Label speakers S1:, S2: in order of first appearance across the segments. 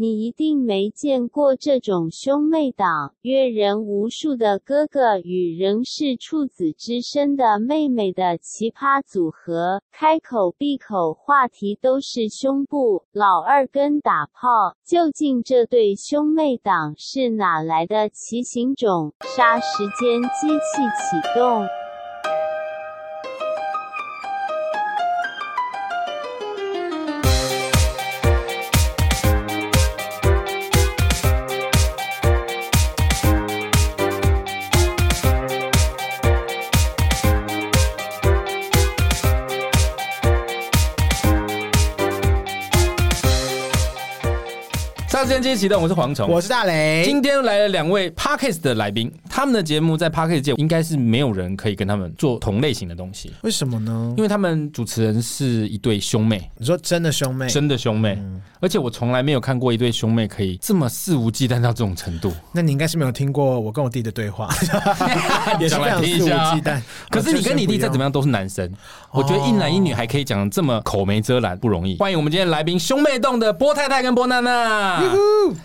S1: 你一定没见过这种兄妹党，阅人无数的哥哥与仍是处子之身的妹妹的奇葩组合，开口闭口话题都是胸部、老二跟打炮。究竟这对兄妹党是哪来的奇形种？杀时间机器启动。
S2: 杀时间机器启动，我是蝗虫，
S3: 我是大雷
S2: 今。天来了两位 Parkes 的来宾，他们的节目在 Parkes 界应该是没有人可以跟他们做同类型的东西，
S3: 为什么呢
S2: 因？为他们主持人是一对兄妹，
S3: 你说真的兄妹，
S2: 真的兄妹，
S3: 嗯
S2: 而且我从来没有看过一对兄妹可以这么肆无忌惮到这种程度。
S3: 那你应该是没有听过我跟我弟的 对话，也是
S2: 讲
S3: 非
S2: 来
S3: 常肆
S2: 听一
S3: 无
S2: 下
S3: 忌惮。
S2: 可是你跟你弟再怎么
S3: 样？
S2: 样都是男生，我觉得一男一女还可以讲得这么口没遮拦不
S3: 哦
S2: 容易。欢迎我们今天来宾兄妹洞的波太太跟波娜娜，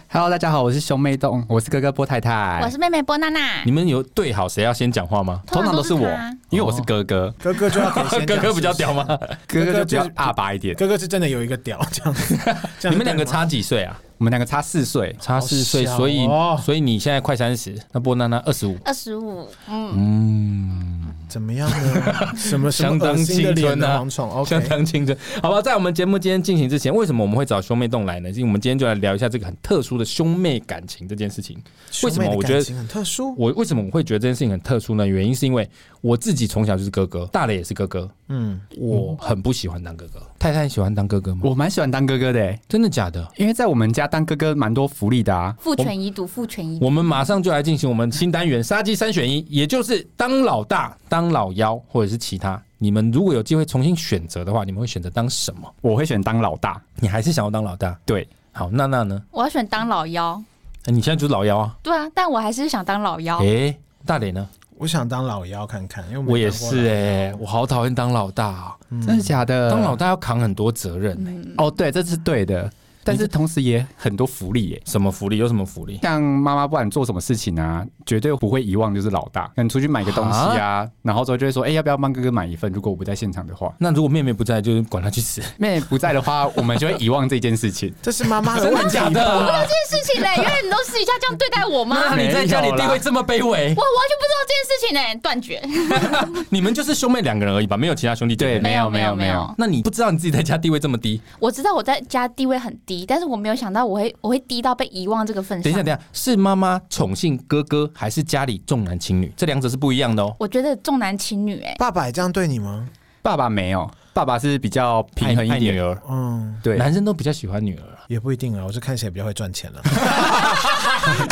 S4: Hello，大家好，我是兄妹洞，我是哥哥波太太，
S5: 我是妹妹波娜娜
S2: 你。们有对好谁要先讲话吗？
S5: 通常都是
S4: 我
S5: 他，
S4: 因为我是哥哥，
S3: 哥哥就要可以哦先
S2: 哥
S3: 讲
S2: 哥比较屌？
S3: 是
S2: 吗？
S4: 哥哥就比
S3: 就
S4: 较
S3: 是
S4: 阿爸一点
S3: 不是。哥哥是真的有一个屌这样子。这 样
S2: 你们两个
S3: 对吗
S2: 差几岁啊？
S4: 我们两个差四岁，
S2: 差四岁，
S3: 好小哦
S2: 所以所以你现在快三十，那波娜娜二十五，
S5: 二十五，嗯，
S2: 嗯，
S3: 怎么 样呢？什么什
S2: 相
S3: 么
S2: 当
S3: 恶心的
S2: 青
S3: 脸
S2: 春
S3: 的
S2: 啊
S3: 蝗虫
S2: 相
S3: ？OK，
S2: 当青春。好吧，在我们节目今天进行之前，为什么我们会找兄妹洞来呢？因为我们今天就来聊一下这个很特殊的兄妹感情这件事情。为什么
S3: 兄妹的
S2: 我觉得
S3: 感情很特殊？
S2: 我为什么我会觉得这件事情很特殊呢？原因是因为我自己从小就是哥哥，大了也是哥哥，
S3: 嗯，
S2: 我很不喜欢当哥哥。太太喜欢当哥哥吗？
S4: 我蛮喜欢当哥哥的欸，
S2: 真的假的？
S4: 因为在我们家当哥哥蛮多福利的啊。
S5: 父权遗毒，父权遗毒。
S2: 我们马上就来进行我们新单元“杀鸡三选一”，也就是当老大、当老幺，或者是其他。你们如果有机会重新选择的话，你们会选择当什么？
S4: 我会选当老大，
S2: 你还是想要当老大？
S4: 对，
S2: 好，娜娜呢？
S5: 我要选当老幺，
S2: 哎你现在就是老幺啊？
S5: 对啊，但我还是想当老幺
S2: 哎、。大磊呢？
S3: 我想当老幺看看，因为
S2: 我
S3: 没
S2: 也
S3: 当过
S2: 是
S3: 老
S2: 哎、我好讨厌当老大、啊。
S4: 真的假的？
S2: 当老大要扛很多责任、欸，
S4: 哦，对，这是对的，但是同时也很多福利耶。
S2: 什么福利有什么福利？
S4: 像妈妈不管做什么事情啊，绝对不会遗忘就是老大。你出去买个东西啊，然后之后就会说，哎、要不要帮哥哥买一份？如果我不在现场的话，
S2: 那如果妹妹不在，就是管她去死。
S4: 妹不在的话，我们就会遗忘这件事情。
S3: 这是妈 妈的问题吧。
S2: 的？
S5: 这件事情嘞，原来你都私底下这样对待我吗？我
S2: 那
S5: 完
S2: 你 在家里地位这么卑微，
S5: 全不知道这件事情嘞，断绝。
S2: 你们就是兄妹两个人而已吧？没有其他兄弟姐妹
S4: 对，
S2: 吗。
S4: 没有
S5: 没有
S4: 没
S5: 没有
S4: 有，
S2: 那你不知道你自己在家地位这么低？
S5: 我知道我在家地位很低，但是我没有想到我会我会低到被遗忘这个份上。
S2: 等一下，等一下，是妈妈宠幸哥哥，还是家里重男轻女？这两者是不一样的哦。
S5: 我觉得重男轻女哎，
S3: 爸爸也这样对你吗？
S4: 爸爸没有，爸爸是比较平衡一
S2: 爱爱
S4: 点
S2: 女。儿，
S3: 嗯，
S4: 对，
S2: 男生都比较喜欢女儿啊，
S3: 也不一定啊，我是看谁比较会赚钱了。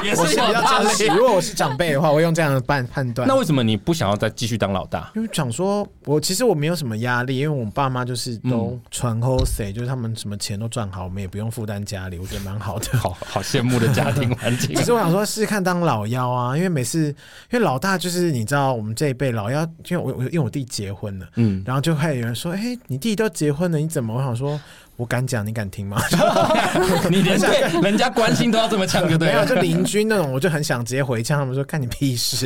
S2: 也
S3: 我是比较珍惜，
S2: 累。
S3: 如果我是长辈的话，我会用这样的判判断。
S2: 那为什么你不想要再继续当老大？
S3: 因为想说，我其实我没有什么压力，因为我爸妈就是都传后谁，就是他们什么钱都赚好，我们也不用负担家里，我觉得蛮好的。
S2: 好好羡慕的家庭环境
S3: 只是我想说试试看当老幺啊，因为每次因为老大就是你知道我们这一辈老幺，因为我我因为我弟结婚了，
S2: 嗯，
S3: 然后就会有人说，哎、你弟都结婚了，你怎么？我想说，我敢讲，你敢听吗？
S2: 你连对人家关心都要这么呛，就对
S3: 没有，
S2: 了。
S3: 就邻居那种，我就很想直接回呛他们说，干你 屁事！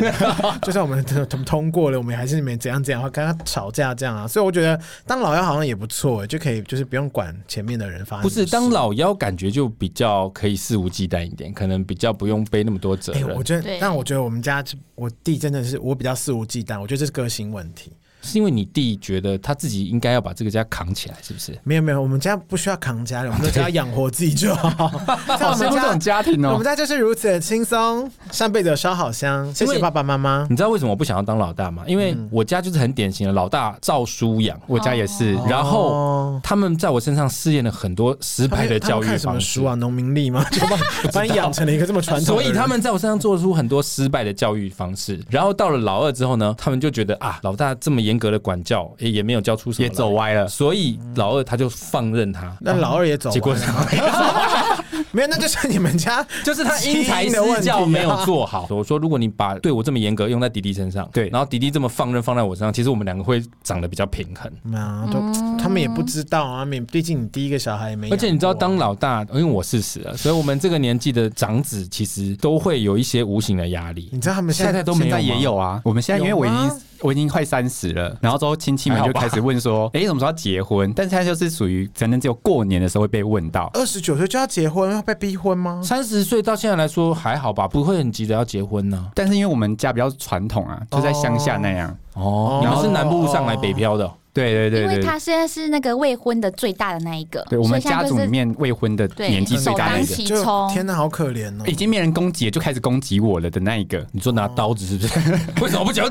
S3: 就算我们通通过了，我们还是没怎样怎样，跟他吵架这样啊。所以我觉得当老幺好像也不错，就可以就是不用管前面的人发生
S2: 不
S3: 什
S2: 是
S3: 么事。
S2: 当老幺，感觉就比较可以肆无忌惮一点，可能比较不用背那么多责
S3: 哎、
S2: 任。
S3: 我觉得
S5: 对，
S3: 但我觉得我们家我弟真的是我比较肆无忌惮，我觉得这是个性问题。
S2: 是因为你弟觉得他自己应该要把这个家扛起来，是不是？
S3: 没有没有，我们家不需要扛家里，我们都只要养活自己就 好。在
S2: 哦
S3: 哦我
S4: 好
S3: 们
S4: 羡慕这
S3: 家
S4: 种，家庭
S3: 我
S4: 哦
S3: 们。家就是如此的轻松，上辈子有烧好香，谢
S2: 因为嗯
S3: 谢爸爸妈妈。
S2: 你知道为什么我不想要当老大吗？因
S3: 嗯
S2: 为我家就是很典型的老大照书养，
S4: 我家也是，
S2: 然后
S3: 哦
S2: 他们在我身上试验了很多失败的
S3: 他
S2: 教
S3: 们
S2: 育
S3: 看什么
S2: 方式
S3: 书。啊？农民历吗？就把 把你养成了一个这么传统
S2: 所
S3: 的人，
S2: 以他们在我身上做出很多失败的教育方式，然后到了老二之后呢，他们就觉得啊，老大这么严格的管教，也也没有教出什么，
S4: 也走，歪了。
S3: 嗯
S2: 所以老二他就放任他，
S3: 那老二也走完
S2: 结果
S3: 了，没有，那就是你们家
S2: 就是他因材
S3: 基因的问
S2: 施
S3: 题啊
S2: 教没有做好。我说，如果你把对我这么严格用在迪迪身上，
S4: 对
S2: 然后迪迪这么放任放在我身上，其实我们两个会长得比较平衡。
S3: 嘛，啊都他们也不知道啊，他们也毕竟你第一个小孩也没养过
S2: 而
S3: 啊，
S2: 且你知道，当老大，因为我四十了，所以我们这个年纪的长子其实都会有一些无形的压力。
S5: 嗯
S3: 你知道他们现
S2: 现在
S3: 在
S2: 都没
S4: 现
S2: 有吗
S4: 在也有啊，我们现在因为
S3: 有
S4: 我已
S3: 吗
S4: 经我已经快三十了，然后之后亲戚们
S2: 还好
S4: 就
S2: 吧
S4: 开始问说，哎、什么时候要结婚？但是他就是属于可能只有过年的时候会被问到，
S3: 二十九岁就要结婚，要被逼婚吗？
S2: 三十岁到现在来说还好吧，不会很急着要结婚呢、
S4: 但是因为我们家比较传统啊，就在乡下那样。
S2: 哦，你们是南部上来北漂的哦，
S4: 对对
S5: 因
S4: 对
S5: 为
S4: 对，
S5: 他现在是那个未婚的最大的那一个，
S4: 对我们
S5: 所以现
S4: 家
S5: 在
S4: 族
S5: 就是
S4: 里面未婚的
S5: 对
S4: 年纪最
S5: 首
S4: 大的
S5: 当
S4: 一个，
S5: 其
S3: 就
S5: 冲，
S3: 天哪，好可怜哦！
S4: 已经没人攻击了，就开始攻击我了的那一个
S2: 你说
S5: 哦
S2: 拿刀子是不是？ 为什么不讲？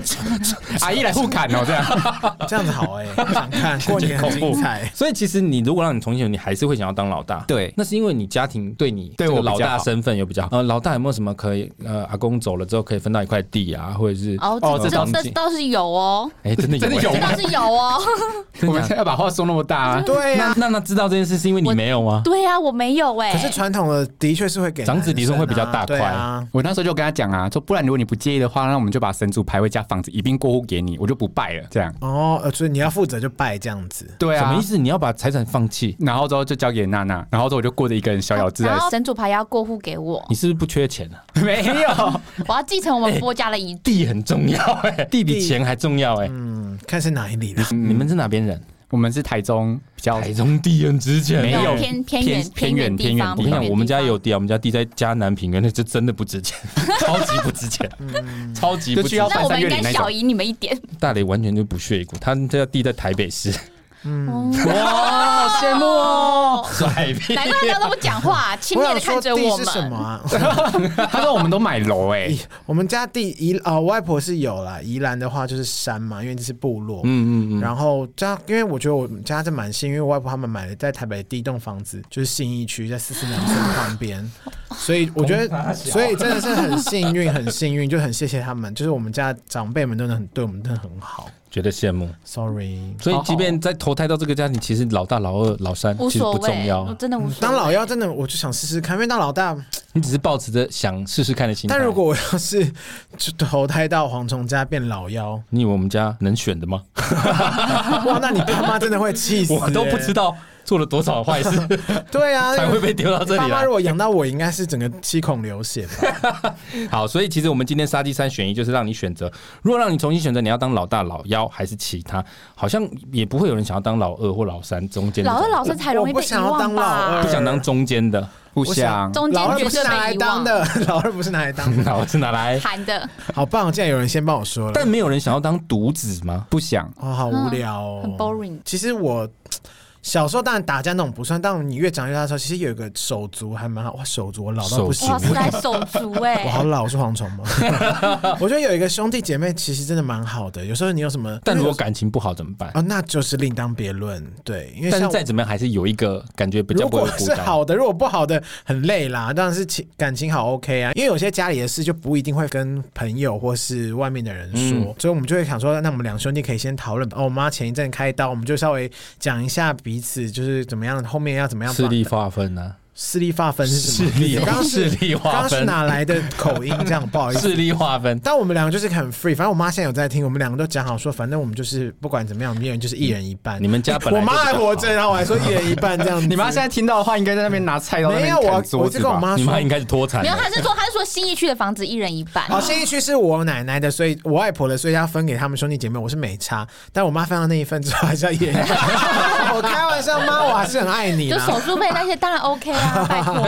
S4: 阿姨来互砍哦，这样
S3: 这样子 好哎，想看过年很精彩。
S2: 所以其实你如果让你重新有，你还是会想要当老大。
S4: 对
S2: 那是因为你家庭对你
S4: 对
S2: 这个
S4: 我比较
S2: 老大
S4: 好
S2: 身份有比较好。呃，老大有没有什么可以？呃，阿公走了之后可以分到一块地啊，或者是
S5: 哦，
S4: 哦
S5: 这
S4: 这
S5: 这
S4: 倒
S5: 这
S2: 是
S5: 倒是有哦，
S2: 哎，真的有
S4: 真的有
S5: 这
S2: 欸
S5: 倒是 有哦。
S4: 我们现在要把话说那么大、啊，
S3: 对
S2: 那
S3: 呀，
S2: 那那知道这件事是因为你
S5: 我
S2: 没有吗？
S5: 对啊，我没有哎、
S3: 可是传统的的确是会给
S2: 长子
S3: 男
S2: 比重会
S3: 生
S2: 比较
S3: 啊
S2: 大
S3: 对
S2: 块
S3: 啊。
S4: 我那时候就跟他讲啊，说不然如果你不介意的话，那我们就把神主牌位加房子一并过户给你，我就不拜了，这样。
S3: 哦，呃所以你要负责就拜这样子。
S4: 对
S2: 什
S4: 啊
S2: 么意，思？你要把财产放弃？
S4: 然后之后就交给娜娜，然后之后我就过着一个人逍遥自在
S5: 哦然
S4: 的
S5: 后神主牌要过户 给我，
S2: 你是不是不缺钱啊？
S4: 生活， 没有。
S5: 我要继承我们波家的遗。
S2: 地很重要哎、地比
S3: 地
S2: 钱还重要哎、
S3: 嗯，看是哪里了。
S2: 你们是哪边人？
S4: 我们是台中比较
S2: 嗯台中地很值钱、
S4: 没
S5: 那
S4: 有
S5: 种偏偏远
S4: 偏
S5: 远
S4: 偏
S5: 地
S4: 远
S5: 方
S2: 我跟你
S5: 偏
S2: 讲，
S5: 远
S2: 我们
S5: 地
S2: 家也
S5: 方
S2: 有地啊，我们家地在嘉南平原， 那就真的不值钱，超级不值钱，超级不值
S4: 就需要
S2: 钱。
S5: 那我们应
S4: 翻山越岭
S5: 该
S4: 那种
S5: 小姨你们一点。
S2: 大雷完全就不屑一顾，他这地在台北市，
S5: 哇，好羡慕哦！
S2: 甩屁
S5: 难怪大家都不讲话，轻
S3: 我
S5: 蔑
S3: 想
S5: 的看
S3: 说
S5: 着
S3: 地
S5: 我
S3: 是什么
S5: 们。
S3: 啊？
S4: 他说我们都买楼 哎、
S3: 宜我们家地宜啊、我外婆是有啦。宜兰的话就是山嘛，因为这是部落。
S2: 嗯嗯嗯，
S3: 然后家，因为我觉得我们家这蛮幸运，因为我外婆他们买了在台北的第一栋房子，就是信义区，在四四南村旁边，所以我觉得，所以真的是很幸运，很幸运，就很谢谢他们，就是我们家长辈们真的很对我们真的很好
S2: 觉得羡慕。
S3: ，sorry。
S2: 所以即便在投胎到这个家庭，其实老大、老二、老三
S5: 无
S2: 其实
S5: 所
S2: 不重
S5: 谓，
S2: 要
S5: 我，真的无所谓。
S3: 嗯当老幺真的，我就想试试看，因为当老大，
S2: 你只是抱持着想试试看的心态。
S3: 但如果我要是就投胎到蝗虫家变老幺，
S2: 你以为我们家能选的 吗？
S3: 哇，那你爸妈真的会气死、
S2: 我都不知
S3: 道。
S2: 道做了多少坏 事
S3: 对啊，
S2: 才会被丢哦到这
S3: 爸
S2: 里
S3: 妈
S2: 来
S3: 如。果养到我，应该是整个七孔流血吧？
S2: 好，所以其实我们今天杀鸡三选一，就是让你选择。如果让你重新选择，你要当老大、老幺还是其他，好像也不会有人想要当老二或老三中间的
S5: 老
S2: 角色。
S5: 二老三才容易
S3: 我不
S5: 被遗
S3: 想要当
S5: 忘
S3: 老二
S5: 吧
S2: 不？想当中间 的，
S4: 互
S3: 我想
S4: 相
S5: 中间
S3: 老二
S5: 绝
S3: 不是
S5: 对
S3: 拿来
S5: 被遗
S3: 当
S5: 忘。
S3: 的， 老二不是拿来当的，
S2: 老二是拿来。
S5: 喊的
S3: 好棒！竟然有人先帮我说了，
S2: 但没有人想要当独子吗？
S4: 不想，
S3: 哦，好无聊哦，
S5: 嗯很 boring。
S3: 其实我小时候当然打架那种不算，但你越长越大的时候，其实有一个手足还蛮好，哇，手足我老到不行
S5: 哇，。是在手足哎
S3: 我，好老，我是蝗虫吗？我觉得有一个兄弟姐妹其实真的蛮好的。有时候你有什么，
S2: 但如果感情不好怎么办？
S3: 啊、那就是另当别论。对，因为
S2: 但是
S3: 像
S2: 再怎么样，还是有一个感觉比较
S3: 如
S2: 不会
S3: 果
S2: 孤
S3: 是
S2: 单。
S3: 好的，如果不好的很累啦。当然是情感情好 OK 啊，因为有些家里的事就不一定会跟朋友或是外面的人说，
S2: 嗯
S3: 所以我们就会想说，那我们两兄弟可以先讨论。哦，我妈前一阵开刀，我们就稍微讲一下彼此就是怎么样，后面要怎么样
S2: 势力
S3: 帮
S2: 划分啊呢？
S3: 势力划分是
S2: 势
S3: 什么？
S2: 力
S3: 我刚刚
S2: 势
S3: 是
S2: 力
S3: 刚
S2: 划
S3: 刚是
S2: 分，
S3: 哪来的口音？这样不好 意思
S2: 势。力划分。
S3: 但我们两个就是很 free，反正我妈现在有在听，我们两个都讲好说，反正我们就是不管怎么样，我们一人就是一人一半。
S2: 你们家本来
S3: 我妈
S2: 就比较
S3: 还
S2: 好
S3: 活着，，然后我还说一人一半这 样子。
S4: 你妈现在听到的话，应该在那边拿菜刀在那
S3: 没
S4: 边
S3: 有我
S4: 砍，桌
S3: 我
S4: 子
S3: 是跟我
S4: 吧？
S3: 妈
S2: 你
S3: 说
S2: 妈应该是脱产
S5: 没
S2: 的
S5: 有，。他是说他是说新义区的房子一人一半，
S3: 好，新一哦区是我奶奶的，所以我外婆的，所以要分给他们兄弟姐妹，我是没差。但我妈分到那一份之后，还是要一人一半。 我开玩笑，妈，我还是很爱你
S5: 就手
S3: 啦。
S5: 术费那些当然 OK 啊，拜托。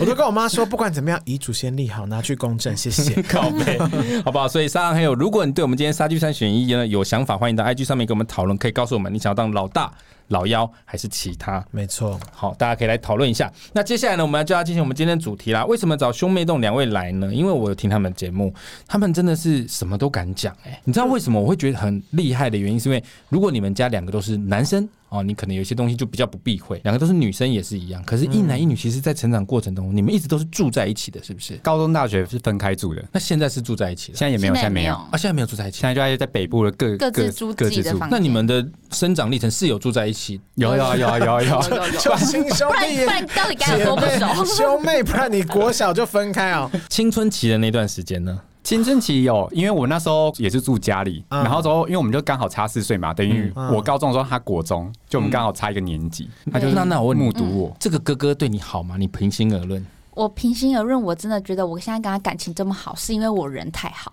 S3: 我都跟我妈说，不管怎么样，遗嘱先立好，拿去公证，谢谢。
S2: 靠背，好不好？所以沙浪还有，如果你对我们今天杀剧三选一呢有想法，欢迎到 IG 上面跟我们讨论，可以告诉我们你想要当老大、老幺还是其他。
S3: 没错，
S2: 好，大家可以来讨论一下。那接下来呢，我们就要进行我们今天的主题啦。为什么找兄妹洞两位来呢？因为我有听他们的节目，他们真的是什么都敢讲哎、你知道为什么我会觉得很厉害的原因，是因为如果你们家两个都是男生哦，你可能有一些东西就比较不避讳。两个都是女生也是一样，可是，一男一女其实，在成长过程中，你们一直都是住在一起的，是不是？
S4: 高中、大学是分开住的，
S2: 那现在是住在一起了
S4: 现在也没有，现
S5: 现
S4: 在
S5: 在也
S4: 没有，
S2: 啊？现在没有住在一起
S4: 现。在就在在北部的各
S5: 各自租
S4: 各
S5: 自己
S4: 自
S5: 的
S4: 住。
S5: 房间
S2: 那你们的生长历程是有住在一起？
S4: 有有有有有，
S5: 有有有，
S3: 就亲兄
S5: 不然
S3: 弟
S5: 不然到底该有
S3: 姐
S5: 多不
S3: 妹
S5: 熟？
S3: 兄妹，不然你国小就分开哦。
S2: 青春期的那段时间呢？
S4: 青春期有，因为我那时候也是住家里，
S3: 嗯
S4: 然后之后因为我们就刚好差四岁嘛，等于
S3: 嗯
S4: 我高中的时候他国中，就我们刚好差一个年级，
S2: 那那那我问你，
S4: 目睹我。
S2: 这个哥哥对你好吗？你平心而论，
S5: 我平心而论，我真的觉得我现在跟他感情这么好，是因为我人太好。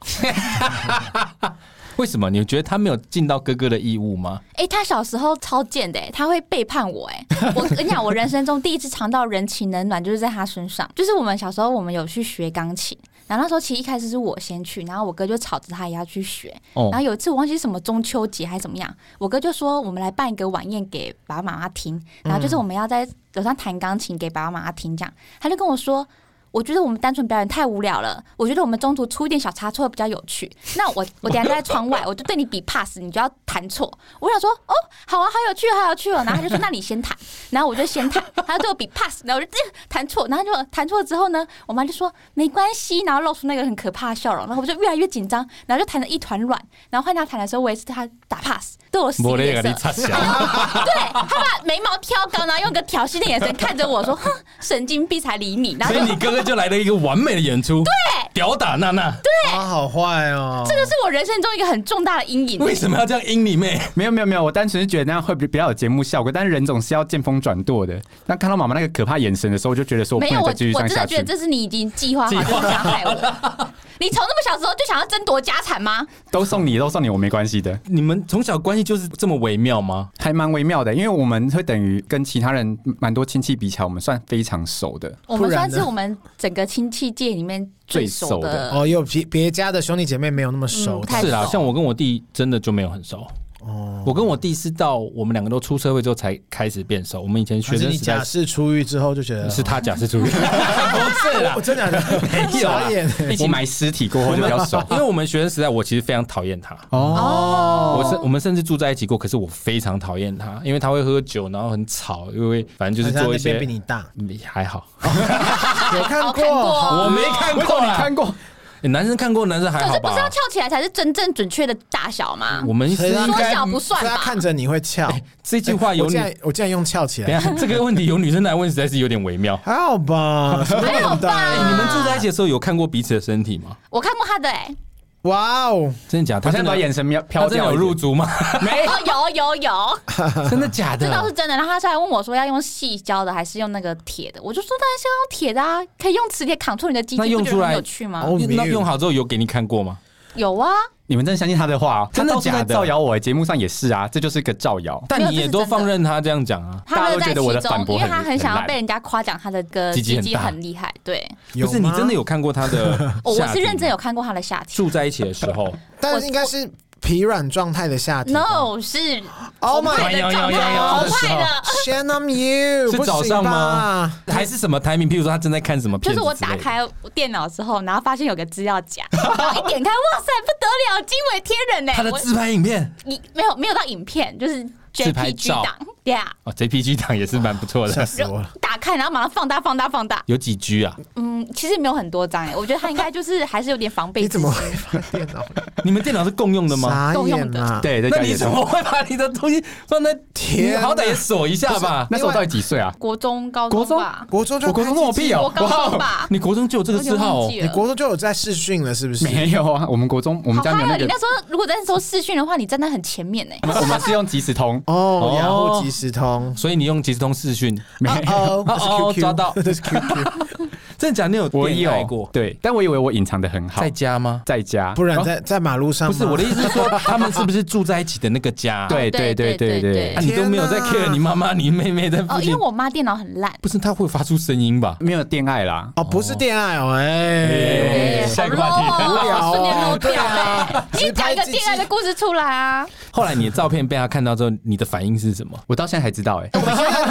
S2: 为什么？你觉得他没有尽到哥哥的义务吗？
S5: 哎、他小时候超贱的、欸，他会背叛我、欸，哎， 我跟你讲，我人生中第一次尝到人情冷暖就是在他身上。就是我们小时候，我们有去学钢琴，然后那时候其实一开始是我先去，然后我哥就吵着他也要去学。
S2: 哦
S5: 然后有一次我忘记什么中秋节还是怎么样，我哥就说我们来办一个晚宴给爸爸妈妈听，然后就是我们要在楼上弹钢琴给爸爸妈妈听，这样。他就跟我说。我觉得我们单纯表演太无聊了，我觉得我们中途出一点小差错比较有趣。那我我等一下就在窗外，我就对你比 pass，你就要弹错。我想说，哦，好啊，好有趣，好有趣哦。然后他就说，那你先弹，然后我就先弹，他就对我比 pass，然后我就、呃、弹错，然后就弹错之后呢，我妈就说没关系，然后露出那个很可怕的笑容，然后我就越来越紧张，然后就弹得一团乱。然后换他弹的时候，我也是对他打 pass，对我使
S2: 没那
S5: 眼
S2: 个
S5: 色
S2: 你，插小，
S5: 对他把眉毛挑高，然后用个挑衅的眼神看着我说，哼，神经病才理你。然 后
S2: 所以
S5: 就
S2: 你哥哥就来了一个完美的演出，对，屌打娜娜，对，
S3: 啊，好坏哦。这
S5: 这是我人生中一个很重大的阴影。
S2: 为什么要这样阴你妹？
S4: 没有没有没有，我单纯是觉得那样会比比较有节目效果，但是人总是要见风转舵的。那看到妈妈那个可怕眼神的时候，我就觉得说我
S5: 没
S4: 不
S5: 有，
S4: 能
S5: 我
S4: 再继续这
S5: 我
S4: 样
S5: 真的
S4: 下
S5: 觉得
S4: 去。
S5: 这是你已经计划好
S2: 计
S5: 就是
S2: 划
S5: 想害我。你从那么小时候就想要争夺家产吗？
S4: 都送你，都送你，我没关系的，
S2: 你们从小关系就是这么微妙吗？
S4: 还蛮微妙的，因为我们会等于跟其他人蛮多亲戚比起来，我们算非常熟的。
S5: 我
S3: 不
S5: 们
S3: 然
S5: 算
S3: 呢
S5: 是我们整个亲戚界里面最
S4: 最
S5: 熟
S4: 熟的
S5: 的。
S3: 哦，有别别家的兄弟姐妹没有那么熟
S5: 嗯
S3: 的，
S5: 太
S2: 是啦，啊
S5: 熟
S2: 像我跟我弟真的就没有很熟。
S3: 哦
S2: 我跟我弟是到我们两个都出社会之后才开始变熟。我们以前学
S3: 还是
S2: 生
S3: 你
S2: 时代
S3: 假释出狱之后就觉得啊
S2: 是他假释出去， 不是啦
S3: 我，真的没
S2: 有啊
S3: 傻眼。欸
S4: 一起埋尸体过后就比较熟
S2: 。因为我们学生时代，我其实非常讨厌他。
S5: 哦
S2: 我甚我们甚至住在一起过，可是我非常讨厌他，因为他会喝酒，然后很吵，因为反正就是做一
S3: 好像
S2: 些
S3: 那边比你大，
S2: 嗯还好，
S3: 有看
S2: 哦
S5: 我哦看过
S3: 好
S2: 我没啊看过啦，
S4: 看过，
S2: 欸男生看过，男生还
S5: 可
S2: 好
S5: 是不是要
S2: 吧？
S5: 翘起来才是真正准确的大小吗？
S2: 我们是
S3: 谁让
S2: 应
S5: 缩
S2: 该
S5: 小不算
S3: 所以他
S5: 吧
S3: 看？着你会翘。
S2: 哎这句话有
S3: 我
S2: 女
S3: 竟，然我竟然用翘起
S2: 等一
S3: 来，
S2: 下这个问题由女生来问，实在是有点微妙。
S3: 还 好吧？什么
S5: 还好
S3: 年代
S5: 吧
S2: 欸你们住在一起的时候有看过彼此的身体吗？
S5: 我看过他的哎，
S3: 哇哦，
S2: 真的假的？
S4: 我现在
S2: 他真的
S4: 把眼神飘
S2: 他
S4: 飘
S2: 真的
S4: 掉
S2: 有
S4: 一点
S2: 入足吗？
S5: 没哦有有有有，
S2: 真的假
S5: 这倒
S2: 的
S5: 是？ 真的。然后他是来问我说要用细胶的还是用那个铁的，我就说当然是要用铁的啊，可以用磁铁扛住你的机器，
S2: 那用
S5: 不觉得
S2: 出来
S5: 很有趣吗？
S3: 哦
S2: 那
S3: 没有
S2: 用好之后有给你看过吗？
S5: 有啊，
S4: 你们真的相信他的话、
S2: 真的
S4: 他到处在
S2: 假的
S4: 造谣我，节目上也是啊，这就是个造谣。
S5: 没
S2: 但
S5: 有
S2: 你
S5: 这
S2: 也
S5: 是
S2: 都
S5: 真的
S2: 放任他这样讲啊？
S5: 他
S4: 大家
S5: 乐在
S4: 都觉
S5: 其
S4: 得我的
S5: 中
S4: 反，驳
S5: 因
S4: 很
S5: 为他很想
S4: 很
S5: 要
S4: 烂
S5: 被人家夸奖他的个
S2: 鸡鸡
S5: 鸡
S2: 很
S5: 鸡
S2: 大
S5: 很厉害，对。
S2: 不是你真的
S3: 有吗，
S2: 有看过他 的下体吗？
S5: 哦，我是认真有看过他的下体。
S2: 住在一起的时候，
S3: 但是应该是疲软状态的下体吧。
S5: No，是
S3: Oh
S5: 澎
S3: my
S5: 湃的状
S2: 有有
S5: 态，
S2: 有有
S5: 澎湃的。
S3: Shannon you
S2: 是
S3: 呃不行
S2: 早上吗
S3: 吧？
S2: 还是什么 timing？譬如说他正在看什么
S5: 就
S2: 片子之
S5: 是
S2: 类
S5: 我
S2: 的？
S5: 打开电脑之后，然后发现有个资料夹，然后一点开，哇塞，不得了，惊为天人呢！
S2: 他的
S5: 我
S2: 自拍影片
S5: 你没有没有到影片，就是
S2: 自拍
S5: JPG
S2: 照
S5: 档，对啊，
S2: 哦，JPG 档也是蛮不错
S3: 吓
S2: 的，
S3: 死我了！
S5: 打开然后马上放大放大放大。
S2: 有几 G 啊？
S5: 嗯，其实没有很多张哎，我觉得他应该就是还是有点防备。
S3: 你怎么？会放电脑？
S2: 你们电脑是共用的 吗？
S3: 傻
S5: 够
S3: 眼
S5: 用的
S3: 啦！，
S4: 对，在
S2: 啊那
S4: 家里
S2: 你
S4: 也是
S2: 怎么会把你的东西放在？
S3: 天
S2: 你好歹也锁一下吧。
S4: 那时候我到底几岁啊？
S5: 国中、高
S4: 国中
S5: 吧，
S3: 国中就
S4: 我国中
S3: 开
S4: 那
S3: 机
S4: 么屁哦
S5: 我，高中
S4: 哇
S5: 吧，
S2: 你国中就有这个
S5: 我有
S2: 嗜
S5: 点
S2: 好
S5: 忘
S2: 哦
S5: 记。
S3: 你
S5: 了。
S3: 国中就有在试训了，是不是？，
S4: 没有啊，我们国中我们
S5: 好
S4: 家没
S5: 嗨
S4: 有那
S5: 哦！你
S4: 个
S5: 那，时候如果那时候视讯的话，你站在很前面呢。欸
S4: 我们我们是用即时 通
S3: 哦
S2: 哦，
S3: 雅虎即时通。
S2: 所以你用即时通视讯，
S4: 没有
S3: 哦
S2: 哦
S3: 哦，
S2: 抓到
S3: 这是 QQ，
S2: 真的假的？你有
S4: 我
S2: 恋爱
S4: 有
S2: 过，
S4: 对，但我以为我隐藏的很好
S2: 在，家吗？
S4: 在家，
S3: 不然
S4: 哦
S3: 在在马路上
S2: 不
S3: 吗。
S2: 是我的意思是说，他们是不是住在一起的那个家啊？
S4: 对对
S5: 哦
S4: 对
S5: 对
S4: 对
S5: 对
S4: 对
S2: 啊，，你都没有在 care 你妈妈、你妹妹在附
S5: 哦，因
S2: 近
S5: 为，我妈电脑很烂。
S2: 不是她会发出声音 吧？
S4: 没有恋爱啦。
S3: 哦，不是恋爱哦，哎，
S5: 哎
S2: 下一个
S5: 好
S2: 话题
S5: low 哦
S3: 无聊哦
S5: 瞬间 low
S3: 对
S5: 掉
S3: 啊
S5: 哎你
S3: 直
S5: 讲
S3: 拍
S5: 一个
S3: 自己
S5: 恋爱的故事出来啊！
S2: 后来你的照片被他看到之后，你的反应是什么？
S4: 我到现在还知道哎、